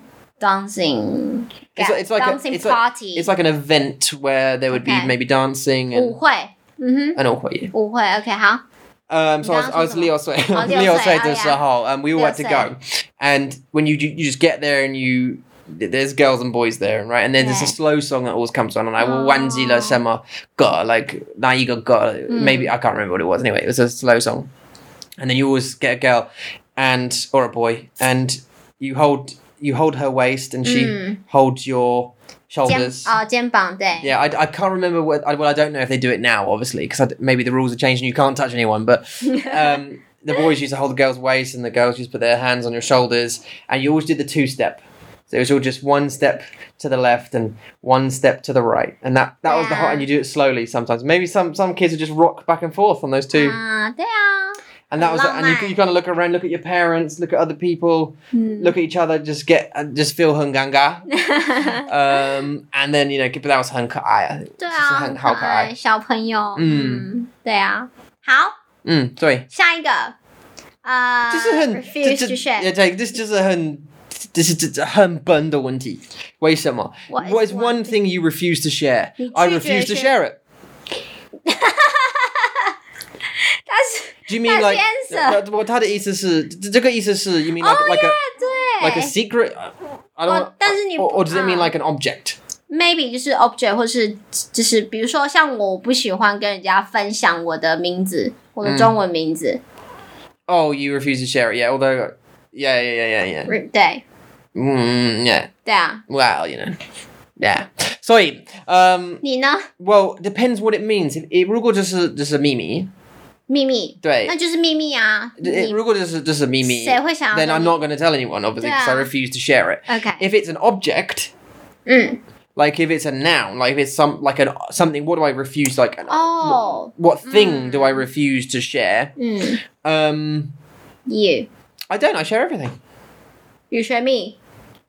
dancing， It's like- it's like a- dancing it's like- party， It's like an event where there would Okay. be maybe dancing 舞 and 会，嗯哼， an awkward. 舞会，OK，好， Um, so I was, I was Dancing Leo Sway. Oh, Leo Leo Sway, Sway oh, does yeah. the whole, and we all Leo had to go. And when you you just get there and you there's girls and boys there, right? And then there's Yeah. a slow song that always comes on, and I will Oh. one zero sema got like now you got got Hmm. maybe I can't remember what it was. Anyway, it was a slow song, and then you always get a girl and or a boy, and you hold you hold her waist, and she Mm. holds your 肩 shoulders. 哦肩膀对， Yeah, I, I can't remember what. I, well, I don't know if they do it now, obviously, because maybe the rules have changed and you can't touch anyone. But um, the boys used to hold the girls' waist and the girls used to put their hands on your shoulders, and you always did the two step. So it was all just one step to the left and one step to the right, and that that was the hot. Yeah. And you do it slowly sometimes. Maybe some some kids would just rock back and forth on those two, 啊对啊， and that was it. And you, Uh-huh. Love you kind of look around, look at your parents, look at other people, 嗯 look at each other, just get and just feel hunganga. um, and then you know, but that was hunkai. 对啊，很好可爱小朋友，嗯嗯，对啊，好，嗯，对，下一个，呃，就是很，这 Uh, refuse 这 to share，也对，这就是很，这是这这很笨的问题。为什么 What is ？What is one one thing you refuse to share? 你拒绝 I refuse 是 to share it. 但是 Do you mean That's like? the answer. 呃我他的意思是，这这个意思是，you mean like Oh, like a 对 like a secret? uh, I 哦 don't. know- 但是你 or or does it mean 啊 like an object? maybe 就是 object 或是就是比如说像我不喜欢跟人家分享我的名字，我嗯的中文名字， Oh, you refuse to share it. Yeah, although. Yeah, yeah, yeah, yeah, yeah. 对 Mm, yeah. 对啊， Well, you know. Yeah. 所以, um, 你呢？ well, depends what it means. If, if 如果就是就是秘密，秘密，对那就是秘密啊。 It- 你如果这是这是秘密，谁会想要 then 跟 I'm 你 not going to tell anyone, obviously, because I 对啊。 refuse to share it. OK， If it's an object, 嗯， like if it's a noun, like if it's some like an something, what do I refuse? Like Oh, an, 哦， what thing do I refuse to share? 嗯 Um, ，you I don't. I share everything. you share me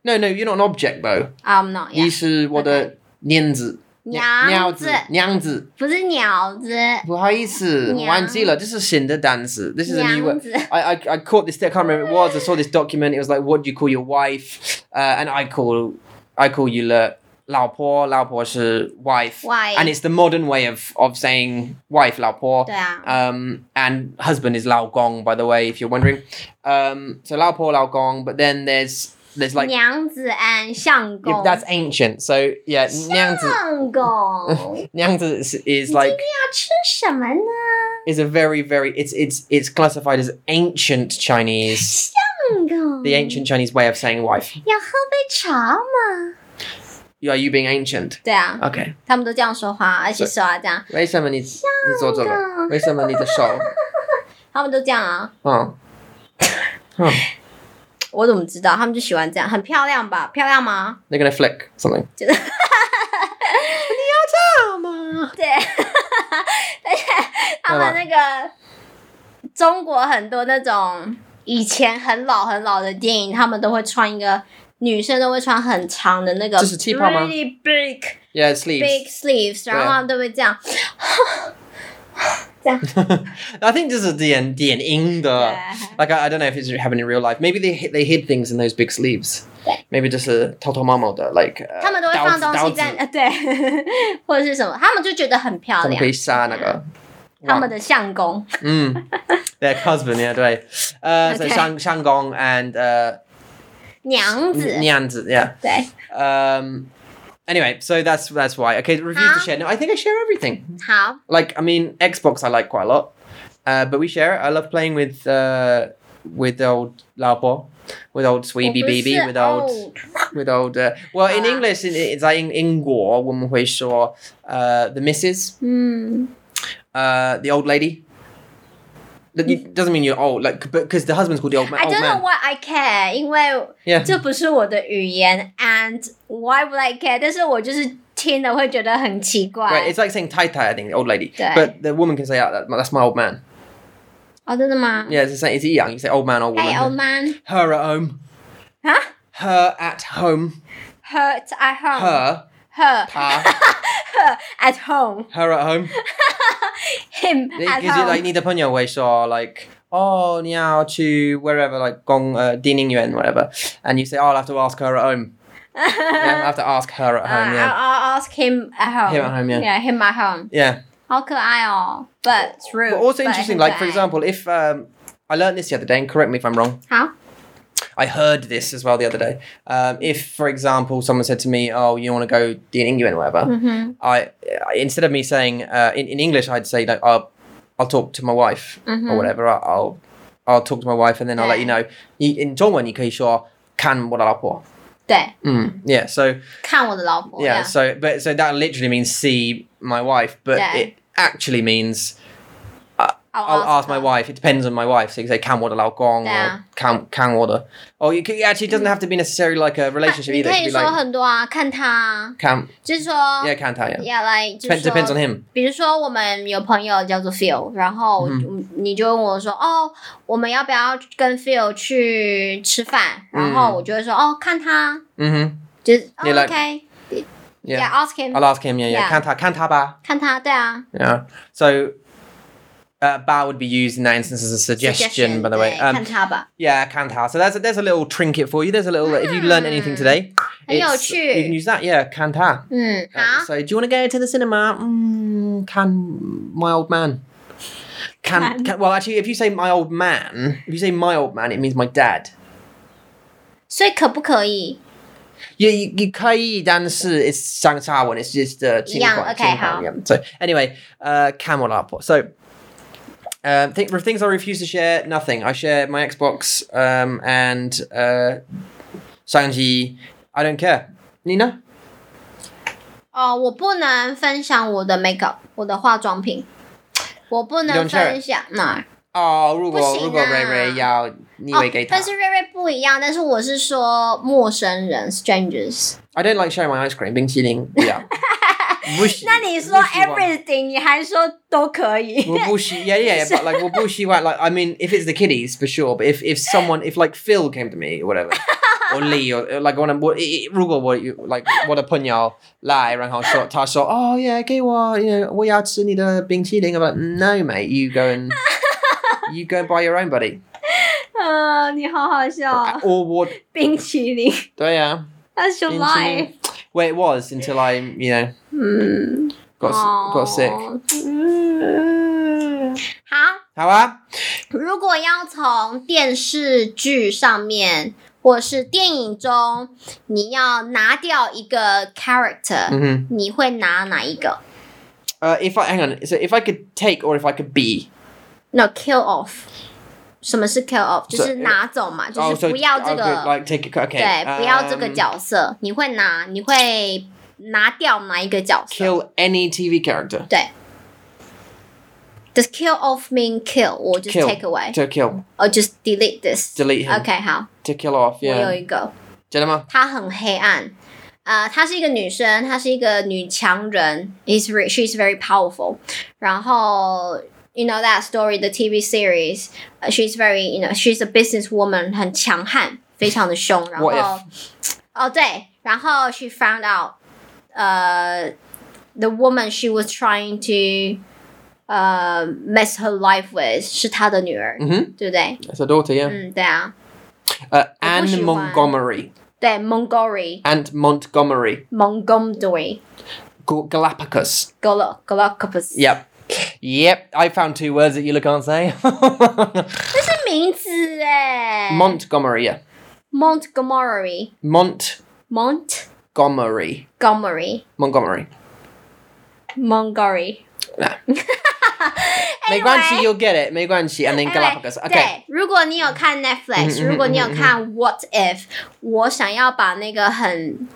No, no, you're not an object though. I'm not yeah. 你是我的娘子。娘子。娘子，娘子，不是鸟子，不好意思，娘。忘记了，这是新的单词。This is a new 娘子。 I, I I caught this. I can't remember what it was. I saw this document. It was like, what do you call your wife? Uh, and I call I call you le. 老婆,啊老婆是 wife. Wife. And it's the modern way of, of saying wife, 老婆.对啊， Um, and husband is 老公, by the way, if you're wondering. Um, so 老婆,老公, but then there's there's like, 娘子 and 相 yeah, 公， that's ancient. So yeah, 娘子,相 公，娘子 is, is 你今天 like, 要吃什么呢？ is a very, very, it's, it's, it's classified as ancient Chinese, 相公， the ancient Chinese way of saying wife. 要喝杯茶吗？ Are you being ancient? 对啊， Okay. 他们都这样说话，啊而且说话这样， Wait some minutes. 的。你做这个？为什么你的手？嗯， 他们都这样啊。Oh, 我怎么知道？他们就喜欢这样，很漂亮吧？漂亮吗？ They're gonna flick something. 觉得 对，而且他们那个中国很多那种以前很老很老的电影，他们都会穿一个女生都会穿很长的那个，这是气泡吗 Really big Yeah, it's big sleeves. sleeves，然后他们都会这样， 这样 I think this is the end, the end. Yeah. Like I, I don't know if it's happened in real life. Maybe they hid- they hid things in those big sleeves. Yeah. Maybe just a total mama like. Uh, 他们都会放东西在刀子-刀子。呃对， 或者是什么，他们就觉得很漂亮，他们可以杀那个。他们的相公 Their mm. husband, yeah, 对. Uh, So Okay. Shang Shang Gong and uh, 嗯娘子， Nianzi, yeah. 对， Um, anyway, so that's that's why. Okay, reviews Huh? to share. No, I think I share everything. 好， Like, I mean, Xbox I like quite a lot, uh, but we share it. I love playing with uh, with old Laobo, with 我 old Sweetie 不 Baby, 是 with old, old with old. Uh, well, in Oh, Ah. English, in, it's like in 英国我们会说 uh, the missus, 嗯 uh, the old lady. That you- doesn't mean you're old, like, because the husband's called the old man. ，I old don't know man. why I care，因为 Yeah. 这不是我的语言，and why would I care？但是我就是听了会觉得很奇怪。 Right, it's like saying Tai Tai, I think, the old lady. Yeah. But the woman can say, oh, that, that's my old man. 哦，真的吗？ Yeah, it's the same. It's young. You say old man, old woman. Hey old man, Her at home. huh? Her at home. Hurt at home. Her. Her, Ta. at home. her at home. Him at Because you like home. need to put your way, so like, oh, now to wherever, like, gong, uh, dining yuan, whatever. And you say, oh, I'll have to ask her at home. yeah, I'll have to ask her at Uh, home, I'll, yeah. I'll ask him at home. Him at home, yeah. Yeah, him at home. Yeah. How 可爱哦，but true. But also interesting, like, for example, if um, I learned this the other day, and correct me if I'm wrong. 好， I heard this as well the other day. Um, if, for example, someone said to me, "Oh, you want to go dining you and whatever," I, I instead of me saying uh, in, in English, I'd say like, "I'll, I'll talk to my wife or whatever. I'll, I'll, I'll talk to my wife and then I'll let you know." You- In 中文你可以说看我的老婆.对， Mm, yeah. So 看我的老婆。 yeah, yeah. So but so that literally means see my wife, but Yeah. it actually means I'll ask, my her. wife. It depends on my wife. So you can say can order lao gong Yeah. or can can order. Or you can, actually it doesn't have to be necessarily like a 那 relationship 你可 either. It could 以 be 说 like 很多啊，看他啊， can 就是说 yeah can ta Oh, yeah. yeah, like 就是 Depends, 说 depends on him. 比如说，我们有朋友叫做 Phil，然后你就问我说：“哦，我们要不要跟 Phil 去吃饭？”然后我就会说：“哦，看他， Mm-hmm. 就是、哦、 Yeah, like- OK，yeah，ask、 Yeah. him， I'll ask him. Yeah, Yeah. yeah. Can ta can ta ba. 看他，对啊， Yeah. So uh, ba would be used in that instance as a suggestion, by the way. 对 Um, 看他吧， yeah, can ta. So there's a, there's a little trinket for you. There's a little if you learn anything today, it's- you can 很有趣。 use that. Yeah, can ta. 嗯，好 Uh,，so do you want to go to the cinema? Mm, can my old man? Can, Can. can well actually if you say my old man, if you say my old man, it means my dad. 所以可不可以 You you, you 可以，但是 it's 相差文 it's just uh, 一样，轻快， okay，轻快，好。 yeah. So anyway, uh, camel up. So. Um, think, things I refuse to share, nothing. I share my Xbox um, and uh, Sanji. I don't care. Nina? 哦，我不能分享我的 makeup，我的化妆品，我不 You 能 don't share 分享那。哦，如果不行啊。如果 Ah, Ray Ray 要你哦会给他，但是瑞瑞不一样，但是我是说陌生人 strangers。 I don't like sharing my ice cream. 冰淇淋不要。不喜那你说不喜欢 everything，你还说都可以？ 我不喜 yeah yeah yeah but like 我不喜欢 like I mean if it's the kiddies for sure but if if someone if like Phil came to me or whatever or Lee or like when I'm 我 i- i- 如果我 you- like 我的朋友来然后说他说 oh yeah 给我 you know 我要吃你的冰淇淋 I'm like no mate you go and you go and buy your own buddy 嗯、你好好笑啊、 or 我冰淇淋对啊，That's your 冰淇淋 life。 where it was until I you know 嗯， got s- got sick 嗯，好。 好啊。如果要从电视剧上面或是电影中，你要拿掉一个 character，、 Mhm. 你会拿哪一个 Uh, if I hang on, so if I could take or if I could be, ？No kill off。什么是 kill off？就这是拿走嘛，就 oh, 是 so 不要这 I 个 could, like take it. Okay, 对，不要这个 um, 角色。你会拿，你会拿掉哪一个角色 Kill any TV character. 对。Does kill off mean kill or just Kill take away to kill or just delete this? delete him OK，好， to kill off. 我有 Yeah, 一个。 Jenema. 她很黑暗。呃，她是一个女生，她是一个女强人，is she's very powerful。然后 you know that story, the TV series. uh, She's very, you know, she's a businesswoman，很强悍，非常的凶。然后 What if？哦对，然后 she found out，呃、the woman she was trying to，呃、mess her life with 是她的女儿， Mhm. 对不对？ That's her daughter, yeah. 嗯，对啊， Uh, Mm. I wish Anne you were. Montgomery. 对 Montgomery Aunt Montgomery. Montgomery Gal- Galapagos. g o l g o l c o p u s 这 Yep. Yep. I found two words that you look can't say. 是名字哎 Montgomery, yeah. Montgomery Montgomery Montgomery. Montgomery. Montgomery。 Nah. Megwanchi, you'll get it. Megwanchi, and then Galapagos. Anyway, Okay. 嗯对，如果你有看 Netflix，如果你有看 What If，我想要把那个很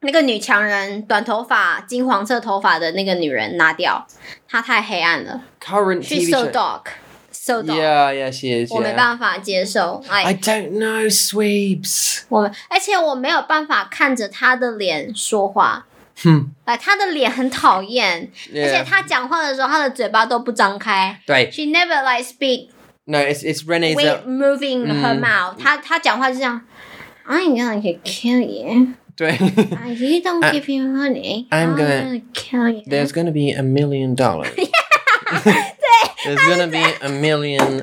那个女强人，短头发、金黄色头发的那个女人拿掉，她太黑暗了。 Current 去 TV So show. Dark，So Dark， Yeah, yeah, she is. 我没 Yeah. 办法接受。 I 哎， don't know, Sweeps. 我而且我没有办法看着她的脸说话。 Hmm. 哎，她的脸很讨厌，而且 Yeah. 她讲话的时候，她的嘴巴都不张开。 Right. She never like speak No, it's it's Renee's. with uh, moving her 嗯 mouth，她她讲话就这样。I'm gonna kill you. Right. Uh, You don't I- give me money. I'm I'm gonna- gonna kill you. There's gonna be a million dollars. There's gonna be a million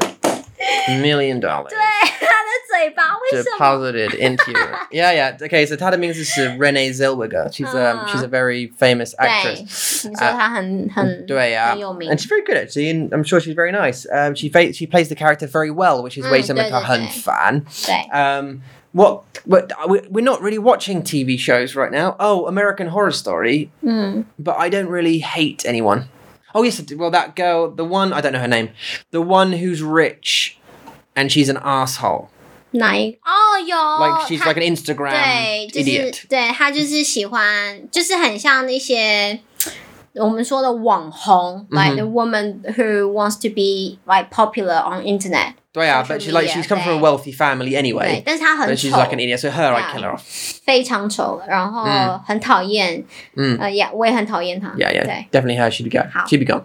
million dollars 对，她的嘴巴为什么？ deposited into you. Yeah, yeah. Okay, so Tada Mings is uh, Renee Zellweger. She's um Ah. she's a very famous 对， actress. uh, 你说她很很对啊,很有名 and。she's very good actually, and I'm sure she's very nice. Um, she fa- she plays the character very well, which is 嗯，为什么她很对，对，对。 fan. 对， Um, what what we- we're not really watching TV shows right now. Oh, American Horror Story, 嗯 but I don't really hate anyone. Oh yes, I do. well that girl, the one I don't know her name, the one who's rich, and she's an asshole. 哪一？哦，有。 like she's 她 like an Instagram 对，就是 idiot. 对她就是喜欢，就是很像那些。我们说的网红、l 嗯 i k e the woman who wants to be like popular on internet，对啊, social but she's like media she's come from a thing. wealthy family 对， anyway. 但是她很 But 丑 she's like an idiot, so her Yeah. I kill her off. 非常丑，然后嗯很讨厌，嗯呃，也我也很讨厌她。 Yeah, yeah, 对， definitely her. She'd be gone. How? She'd be gone.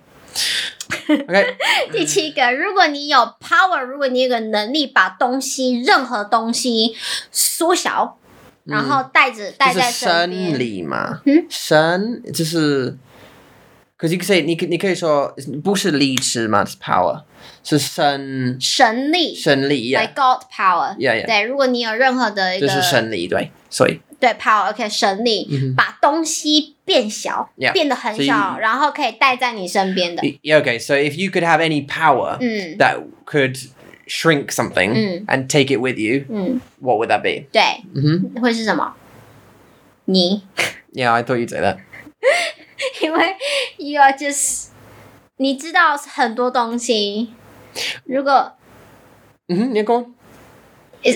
okay, 第七个，如果你有 power，如果你有个能力把东西，任何东西缩小，然后带着带在身边，嗯这是生理嘛？嗯？生，这是- Cause you could say 你可-你可以说不是力吃嘛，it's power，是生-神力生力，yeah， ，like God power。 yeah, yeah，对，如果你有任何的一个这是生理，对，所以对 power，OK，、神力，嗯哼把东西变小 Yeah，变得很所以小，然后可以带在你身边的。 Yeah, okay, so if you could have any power 嗯 that could shrink something Mm. and take it with you, 嗯， what would that be? 对， Mm-hmm. 会是什么？你。 Yeah, I thought you'd say that. 因为 you are just 你知道很多东西，如果 Mm-hmm. Yeah, go on.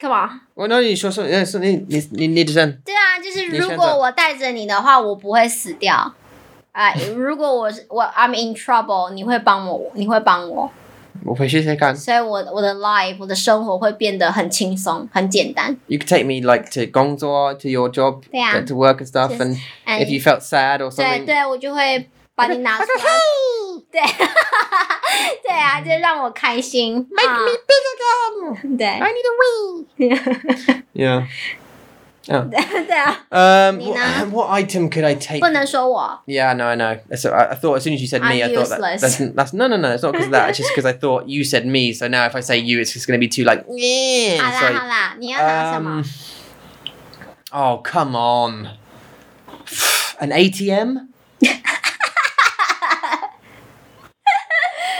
come on， Well, no, you sure something. Yeah, something you, you need to send. 对啊，就是你选如择果我带着你的话，我不会死掉。啊、如果我是我 I'm in trouble，你会帮我，你会帮我，我回去再看。所以我我的 life 我的生活会变得很轻松、很简单。 You could take me like to Gongzor to your job, Yeah. like, to work and stuff. Just- and And if you felt sad or 对 something, 对，我就会把你拿出来。对，对 啊，就让我开心。 make 啊 me big again. 对 I need a wee. yeah. 对对啊， Um. You What, know? what item could I take? 不能说我。 Yeah, no, I know. So I, I thought as soon as you said me, i I'm thought that, useless. that's that's no, no, no. It's not because of that. It's just because I thought you said me. So now if I say you, it's just going to be too like. 好 Yeah. 啦好 So, 啦，你要拿什么？ um, oh come on, an ATM.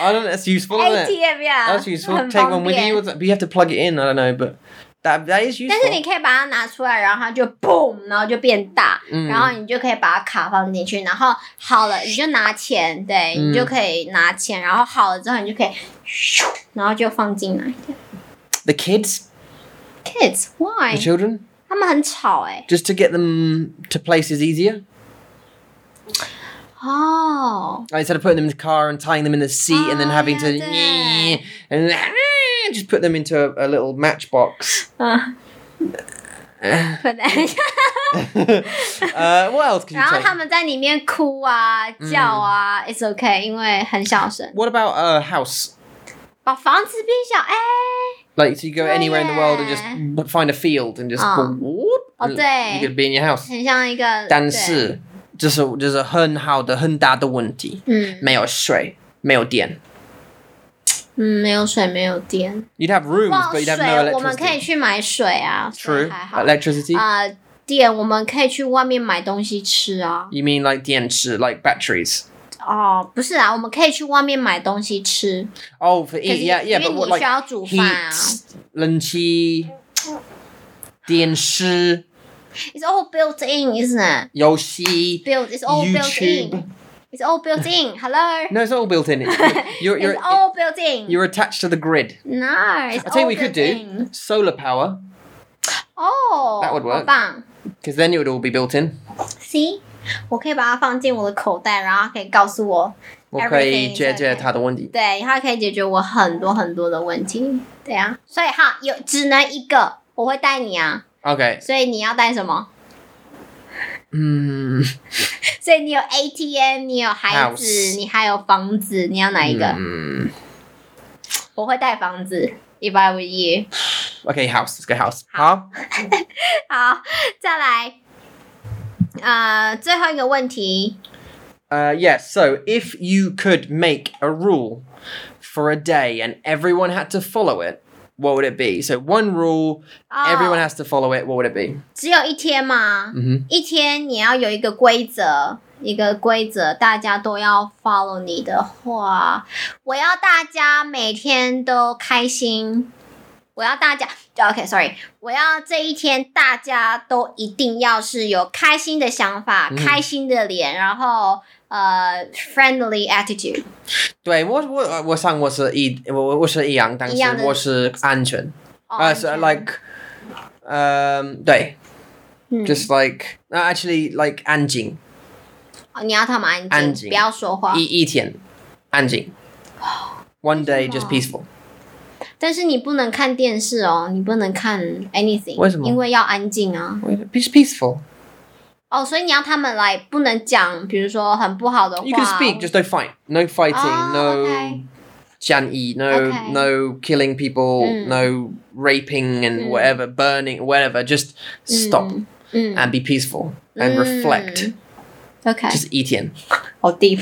I don't know. That's useful, isn't it? ATM 呀， That's useful. 很 Take 方 one with you. 便。 what's that- But you have to plug it in. I don't know, but that that is 但 useful. 是你可以把它拿出来，然后它就 boom，然后就变大，嗯然后你就可以把它卡放进去，然后好了，你就拿钱，对、嗯你就可以拿钱，然后好了之后你就可以咻，然后就放进来。 The kids, Kids why？ the children, 他们很吵哎、 just to get them to places easier. 哦， Like, instead of putting them in the car and tying them in the seat and then Oh, having to yeah, yeah. "Ah," and then, just put them into a, a little matchbox 嗯，可能。 Uh, what else can 然 you 后 take? 他们在里面哭啊、叫啊、i t 嗯 s okay，因为很小声， What about a house? 把房子变小。哎、 Like, so you go Oh, anywhere in the world yeah. and just find a field and just Oh. whoop, Oh, and 对. you could be in your house. 很像一个。但对，是这是这是很好的很大的问题，嗯没有水，没有电。嗯，没有水，没有电。 You'd have rooms, 哇，水 but you'd have no 我们可以 electricity. 去买水啊，所 True. 以还好。 Electricity. 啊、电我们可以去外面买东西吃啊。 You mean like 电池, like batteries? 哦，不是啊，我们可以去外面买东西吃。 Oh, for 可是 eat. Yeah, 因 yeah. But 为 what 你 like 需要煮饭啊。 heat, 冷气、电视、游戏。 It's all built in, isn't it? Built, it's all built YouTube. in. It's all built in. Hello. No, it's all built in. It's- You're you're it's all built in. you're attached to the grid. No, it's I tell you, all what you built could do in. solar power Oh, That would work. 好棒。 because then it would all be built in. See，我可以把它放进我的口袋，然后它可以告诉我 everything is okay 我可以解决他的问题。对，它可以解决我很多很多的问题。对啊，所以哈，有只能一个，我会带你啊。 Okay. 所以你要带什么？ Mm, 所以你有 ATM，你有孩子 House 你还有房子，你要哪一个？ mm. 我会带房子。If I were you， Okay, house. Let's go house. Huh? 好，再来，呃，最后一个问题， Uh, yeah, so if you could make a rule for a day and everyone had to follow it, what would it be? So one rule, 哦 everyone has to follow it, what would it be? 只有一天嘛， Mhm. 一天你要有一个规则，一个规则大家都要 follow 你的话，我要大家每天都开心，我要大家，OK，sorry，、我要这一天大家都一定要是有开心的想嗯法，开心的脸，然后呃，friendly attitude，E, 对，我我我上我是一我我是一样，但是一样的。我是安全。哦 Uh, so 安全 like, um, 对，嗯 just like no, actually like 安静哦一一天安静。你要他们安静，安静不要说 E, 话， One day just 为什么？ peaceful. 但是你不能看电视哦，你不能看 anything，为什么因为要安静啊。 Just peaceful. 哦，所以你要他们来，不能讲，比如说很不好的话。 You can speak, just don't fight. No fighting, Oh, no okay. 战役, no Okay. no killing people, Mm. no raping and Mm. whatever, burning, whatever. Just stop 嗯嗯 and be peaceful and Mm. reflect. ，OK， Just 一天。好 deep，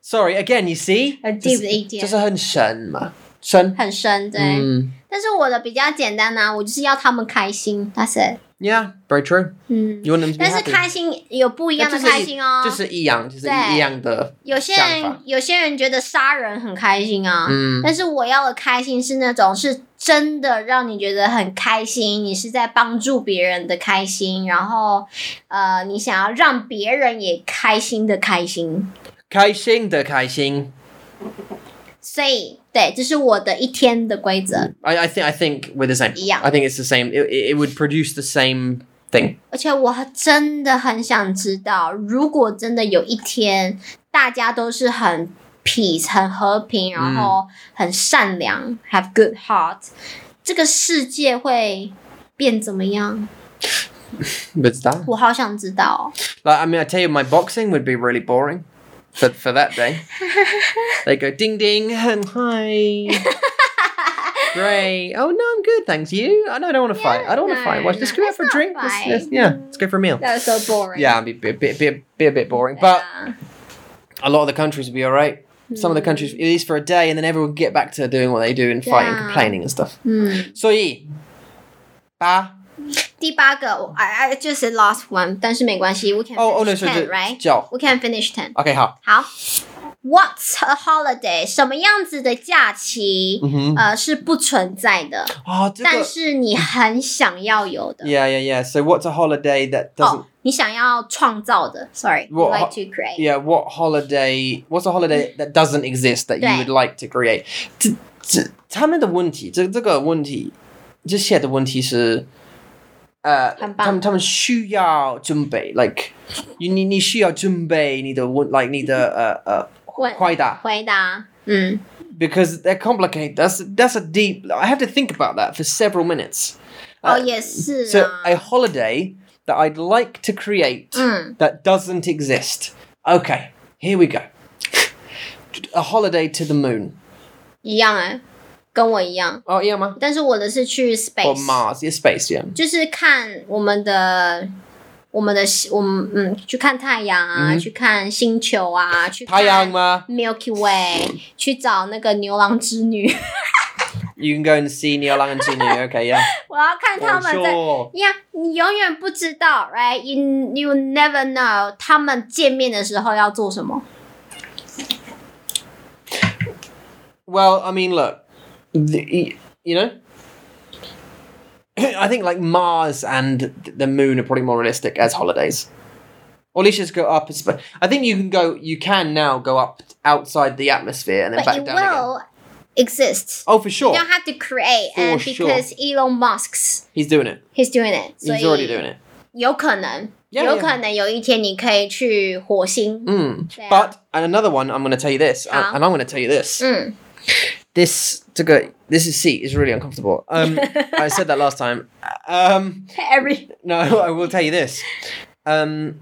Sorry, again, you see? A deep 一天。就是很深嘛，深。很深，对。嗯。但是我的比较简单啊，我就是要他们开心，That's it。 Yeah, very true. 嗯， You want them to be 但是 happy. 开心有不一样的开心哦，对。就是一样，就是一样的。有些想法人有些人觉得杀人很开心啊，嗯但是我要的开心是那种是真的让你觉得很开心，你是在帮助别人的开心，然后呃，你想要让别人也开心的开心，开心的开心。所以对，这是我的一天的规则， I, I think I think we're the same. Yeah. I think it's the same. It, it, it would produce the same thing. 而且我真的很想知道，如果真的有一天大家都是很 peace、很和平，然后嗯很善良、h a v e good heart，这个世界会变怎么样？ But that. 我好想知道哦。 Like I mean, I tell you, my boxing would be really boring. For, for that day, they go ding ding and hi. Great. Oh no, I'm good, thanks. You? I know I don't want to fight. I don't want to no, fight. Watch, let's no, go out let's for a not drink. Let's, fight. let's- yeah, let's go for a meal. That was so boring. Yeah, it'd be, be, be, be, be a bit boring, but a lot of the countries would be all right. Some of the countries, at least for a day, and then everyone would get back to doing what they do and fighting, Yeah. complaining and stuff. 嗯， So, yeah. Ba. 第八个，我 I I just lost one，但是没关系，we can Oh, oh no, finish so ten, the- right? Jiao. We can finish ten. Okay, how? 好，What's a holiday？什么样子的假期？ Mhm. 呃，是不存在的， Oh, 这个-但是你很想要有的 yeah, yeah, yeah. So, what's a holiday that doesn't. 哦，你想要创造的，sorry，you What- like to create， Yeah, what holiday? What's a holiday that doesn't exist that 对。you would like to create? 这-这-他们的问题，这-这个问题，这些的问题是，呃，很棒。他们-他们需要准备，like, 你-你-你需要准备你的问- like, 你的，呃，呃，问回答。回答，嗯 because they're complicated. That's that's a deep. I had to think about that for several minutes. 呃哦，也是 So 啊。 a holiday that I'd like to create Mm. that doesn't exist. Okay, here we go. A holiday to the moon. 一样哎、跟我一样， Oh yeah, ma. 但是我的是去 Or space， Mars, yeah, space, yeah. 就是看我们的。我们的我们嗯，去看太阳嗯啊，去看星球啊，去看 Tayangma, Milky Way，去找那个牛郎织女。 you can go and see Neil Lang and Tinu. Okay, yeah. 我要看他 For 们在 sure. 呀你永远不知道，right？You you never know，他们见面的时候要做什么。 Well, I mean, look, the, you know, I think like Mars and the Moon are probably more realistic as holidays. Or at least just go up. as- I think you can go. You can now go up outside the atmosphere and then But back it down again. will exist. Oh, for sure, You don't have to create, For and sure. because Elon Musk's he's doing it. he's doing it，所以 He's already doing it. 有可能 Yeah, 有 yeah. 可能有一天你可以去火星。 Mm. Yeah. But and another one, I'm going to tell you this, uh, Huh? and I'm going to tell you this. 嗯 This to go. This is seat is really uncomfortable. Um, I said that last time. Um, ，every no, I will tell you this. Um,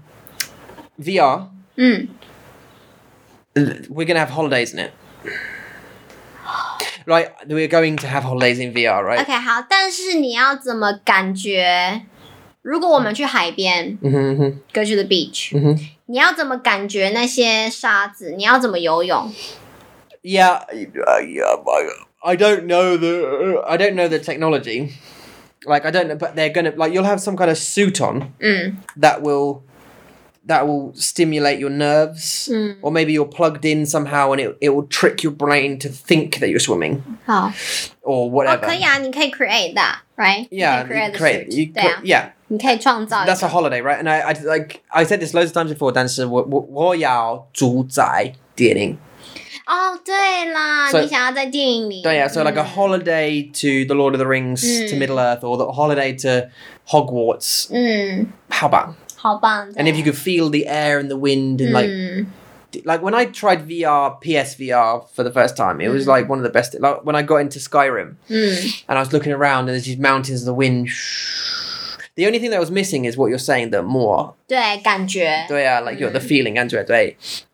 VR. 嗯， we're gonna have holidays in it. Right, we're going to have holidays in VR, right? OK，好，但是你要怎么感觉？如果我们去海边 Mm-hmm. ，go to the beach，、 Mhm. 你要怎么感觉那些沙子？你要怎么游泳？ Yeah, uh, yeah. I- I don't know the I don't know the technology. Like I don't know, but they're gonna like you'll have some kind of suit on 嗯 that will that will stimulate your nerves, Mm. or maybe you're plugged in somehow and it it will trick your brain to think that you're swimming 好， or 哦，可可以啊，你可以 create 的，right？你 Yeah, 可以 create the create. suit，Oh, You, 对啊 cre-，yeah. 你可以创造一 That's 个。a holiday, right? And I, I like I said this loads of times before. 但是我我我要主宰电影。哦，对啦， So- 你想要在电影里。对啊 so like a holiday to the Lord of the Rings to Mm. Middle Earth, or the holiday to Hogwarts. 嗯， How about? 好棒。 And if you could feel the air and the wind and like 嗯 like when I tried VR PSVR for the first time, it Mm. was like one of the best. Like when I got into Skyrim 嗯， and I was looking around and there's these mountains and the wind. The only thing that was missing is what you're saying, the more 对，感觉。 yeah, like you're the Mm. feeling and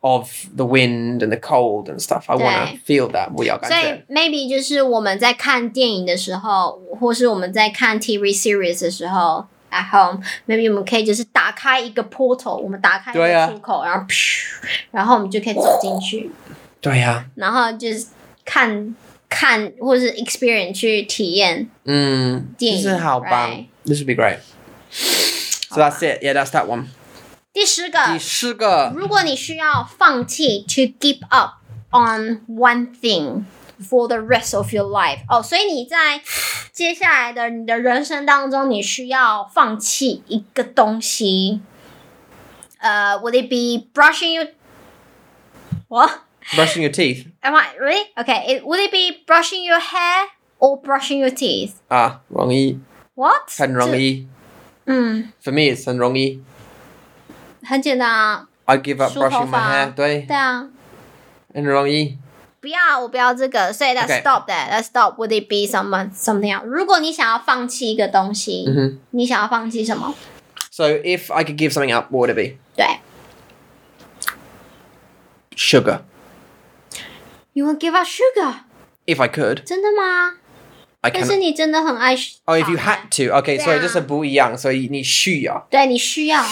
of the wind and the cold and stuff. I want to Right. feel that. 我要感觉。所以 maybe 就是我们在看电影的时候，或是我们在看 TV series 的时候，at home，maybe 我们可以就是打开一个 portal，我们打开一对个啊出口，然后，然后我们就可以走进去，然后就是看看或是 experience 去体验。Mm. 电影，对啊，嗯，这是好棒。 right. This would be great. So that's it. Yeah, that's that one. 第十个，第十个，如果你需要放弃 to give up on one thing for the rest of your life，哦，所以你在接下来的你的人生当中，你需要放弃一个东西。呃、w o u l d it be brushing your what? brushing your teeth. Am I really okay? It, would it be brushing your hair or brushing your teeth? Ah, 啊，容易， What? 这很容易。嗯， For me, it's 很容易。很简单啊。 I give up brushing my 梳头发。 hair. 对，对啊。很容易。不要，我不要这个，所以 let's Okay. stop that. Let's stop. Would it be someone something else? 如果你想要放弃一个东西， Mhm. 你想要放弃什么？ So if I could give something up, what would it be? 对 Sugar. ，You will give up sugar？ If I could, 真的吗？ I 但是 can. 你真的很爱吃。 Oh, if you had to. Okay, so 对啊。这是不一样，所以你需要。对你需要，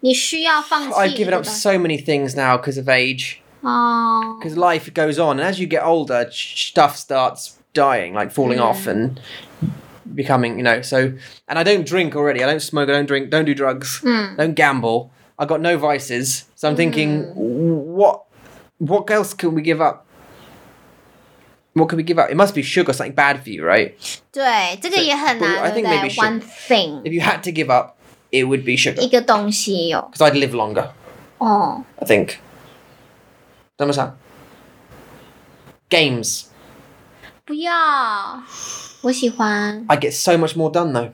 你需要放弃 I've 一 given 个 up 东西。 so many things now because of age, 哦， because life goes on, and as you get older, sh- stuff starts dying, like falling off and becoming, you know. So, and I don't drink already. I don't smoke. I don't drink. Don't do drugs. Don't gamble. I got no vices. So I'm thinking, what, what else can we give up? What can we give up? It must be sugar, something bad for you, right? 对，这个也很不难，，I 对 think 不 maybe 对 sugar. ？One thing， If you had to give up, it would be sugar 一个东西有 because I'd live longer. 哦， I think. Number seven. Games. 不要，我喜欢。 I get so much more done though.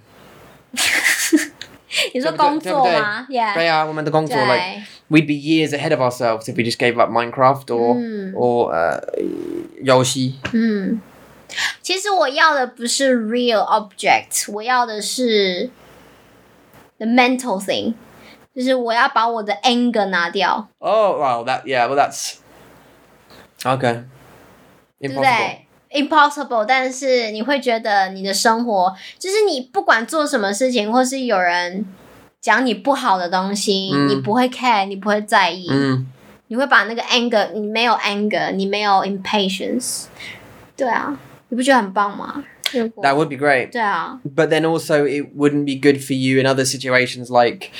你说对不对工作吗对不对？Yeah，对啊，我们的工作 like we'd be years ahead of ourselves if we just gave up Minecraft or Hmm. or uh, Yoshi. 其实我要的不是 real object，我要的是 the mental thing，就是我要把我的 anger 拿掉， Oh well, that yeah, well that's okay. 对 Impossible. 不对？Impossible，但是你会觉得你的生活，就是你不管做什么事情，或是有人讲你不好的东西，嗯你不会 care，你不会在意， Mm. 你会把那个 anger，你没有 anger，你没有 impatience，对啊，你不觉得很棒吗？如果 That would be great. 对啊， But then also, it wouldn't be good for you in other situations like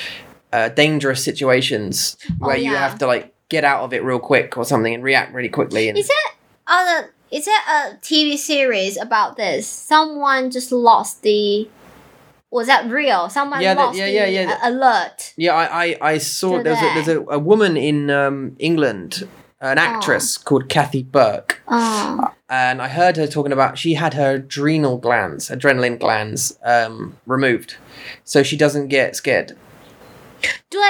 uh, dangerous situations where you Oh, yeah. have to like get out of it real quick or something and react really quickly. And Is it other? Is it a TV series about this? Someone just lost the. Was that real? Someone Yeah, that- lost yeah, the yeah, yeah. a- alert. yeah, I, I, I saw Do there's a, that. there's a, a woman in um, England, an actress called Kathy Burke. Oh, and I heard her talking about she had her adrenal glands, adrenaline glands, um, removed, so she doesn't get scared. 对，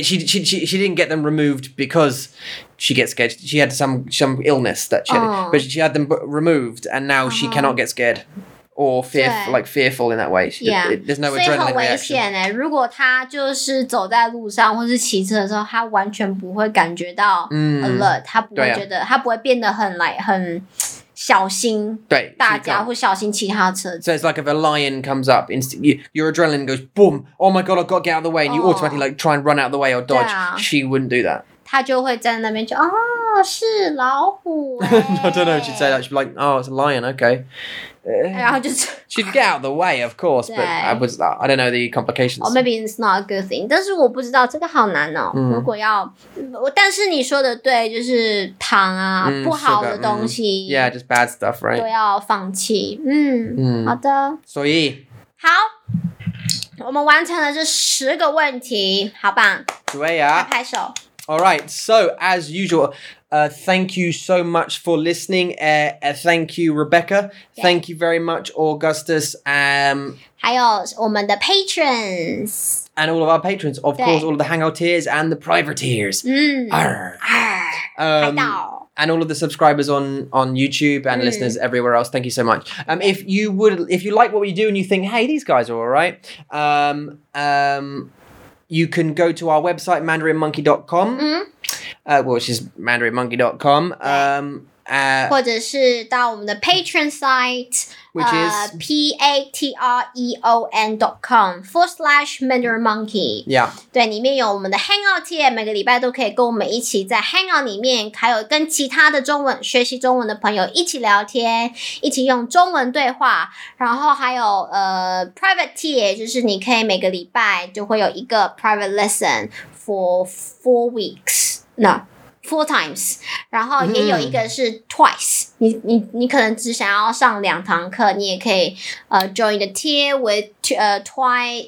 It, she, she she she didn't get them removed because she gets scared. She had some some illness that she, Oh. but she had them b- removed, and now she Uh-huh. cannot get scared or fear Yeah. like fearful in that way. She- Yeah. it- there's no 所以很 adrenaline 危 reaction. 险哎、如果他就是走在路上或是骑车的时候，他完全不会感觉到嗯 alert，、他不对会啊觉得，他不会变得很来很小心对，大 she 家 can't. 或小心其他车子。 So it's like if a lion comes up, instant you, your adrenaline goes boom. Oh my god, I've got to get out of the way, and you Oh. automatically like try and run out of the way or dodge. Yeah. She wouldn't do that. 他就会站在那边就哦，是老 虎、欸。 I don't know. She'd say that. She'd be like, "Oh, it's a lion. Okay." 然后嗯就是。 She'd get out of the way, of course, but I Right. was uh, I don't know the complications. 哦、m a y b e it's not a good thing，但是我不知道这个好难哦。嗯如果要，我但是你说的对，就是糖啊，嗯不好是的的东西 yeah, just bad stuff, 都 right? 要放弃。嗯，好 Mm. 的， So yeah, 好，我们完成了这十个问题，好棒， so we 拍 are. 拍手。 All right. So as usual, uh, thank you so much for listening. Uh, uh, thank you, Rebecca. Yeah. Thank you very much, Augustus, um, 还有我们的 patrons， and all of our patrons, of Yeah. Mm-hmm. course, all of the hangoutiers and the privateers. 嗯，啊，Arr. 海 Um, 盗， and all of the subscribers on on YouTube and Mm. listeners everywhere else. Thank you so much. Um, if you would, if you like what we do and you think, hey, these guys are all right, um, um, you can go to our website mandarinmonkey.com, 嗯， uh, well, which is mandarinmonkey.com. Um, uh, 或者是到我们的 patron site。 which uh, is p a t r e o n dot com forward slash Mandarin Monkey。 yeah, 对，里面有我们的 Hangout 贴，每个礼拜都可以跟我们一起在 Hangout 里面，还有跟其他的中文学习中文的朋友一起聊天，一起用中文对话。然后还有呃 Private 贴，就是你可以每个礼拜就会有一个 Private Lesson for four weeks。No。Four times，然后也有一个是 twice，、你你你可能只想要上两堂课，你也可以呃 join the tier with two, 呃 twice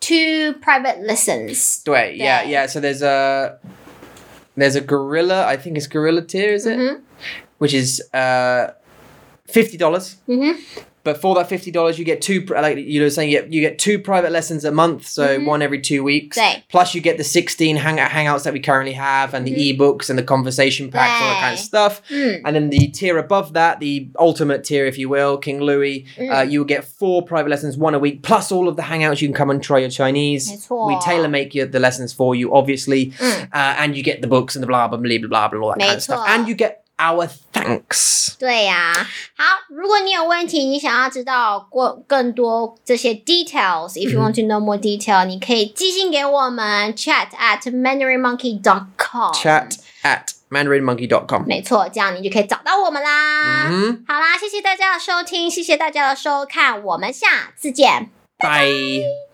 two private lessons. 对, yeah, Yeah. yeah. So there's a there's a gorilla. I think it's gorilla tier, is it? 嗯 Which is uh, fifty dollars. 哼，嗯哼， But for that fifty dollars, you get two. pri- Like you were saying, you get, you get two private lessons a month, so Mhm. one every two weeks. Right. Plus, you get the sixteen hang- hangouts that we currently have, and Mm-hmm. the ebooks and the conversation packs, all that kind of Right. stuff. 嗯 And then the tier above that, the ultimate tier, if you will, King Louis, Mm. uh, you will get four private lessons, one a week, plus all of the hangouts. You can come and try your Chinese. That's We all. tailor make your, the lessons for you, obviously. Mm. Uh, and you get the books and the blah, blah, blah, blah, blah, blah, all that kind of That's stuff. all. And you get our thanks. 对呀、好，如果你有问题，你想要知道过更多这些 details，if you want to know more detail，、你可以寄信给我们 chat at mandarinmonkey.com。 Chat at mandarinmonkey.com. 没错，这样你就可以找到我们啦。 Mhm. 好啦，谢谢大家的收听，谢谢大家的收看，我们下次见。 Bye.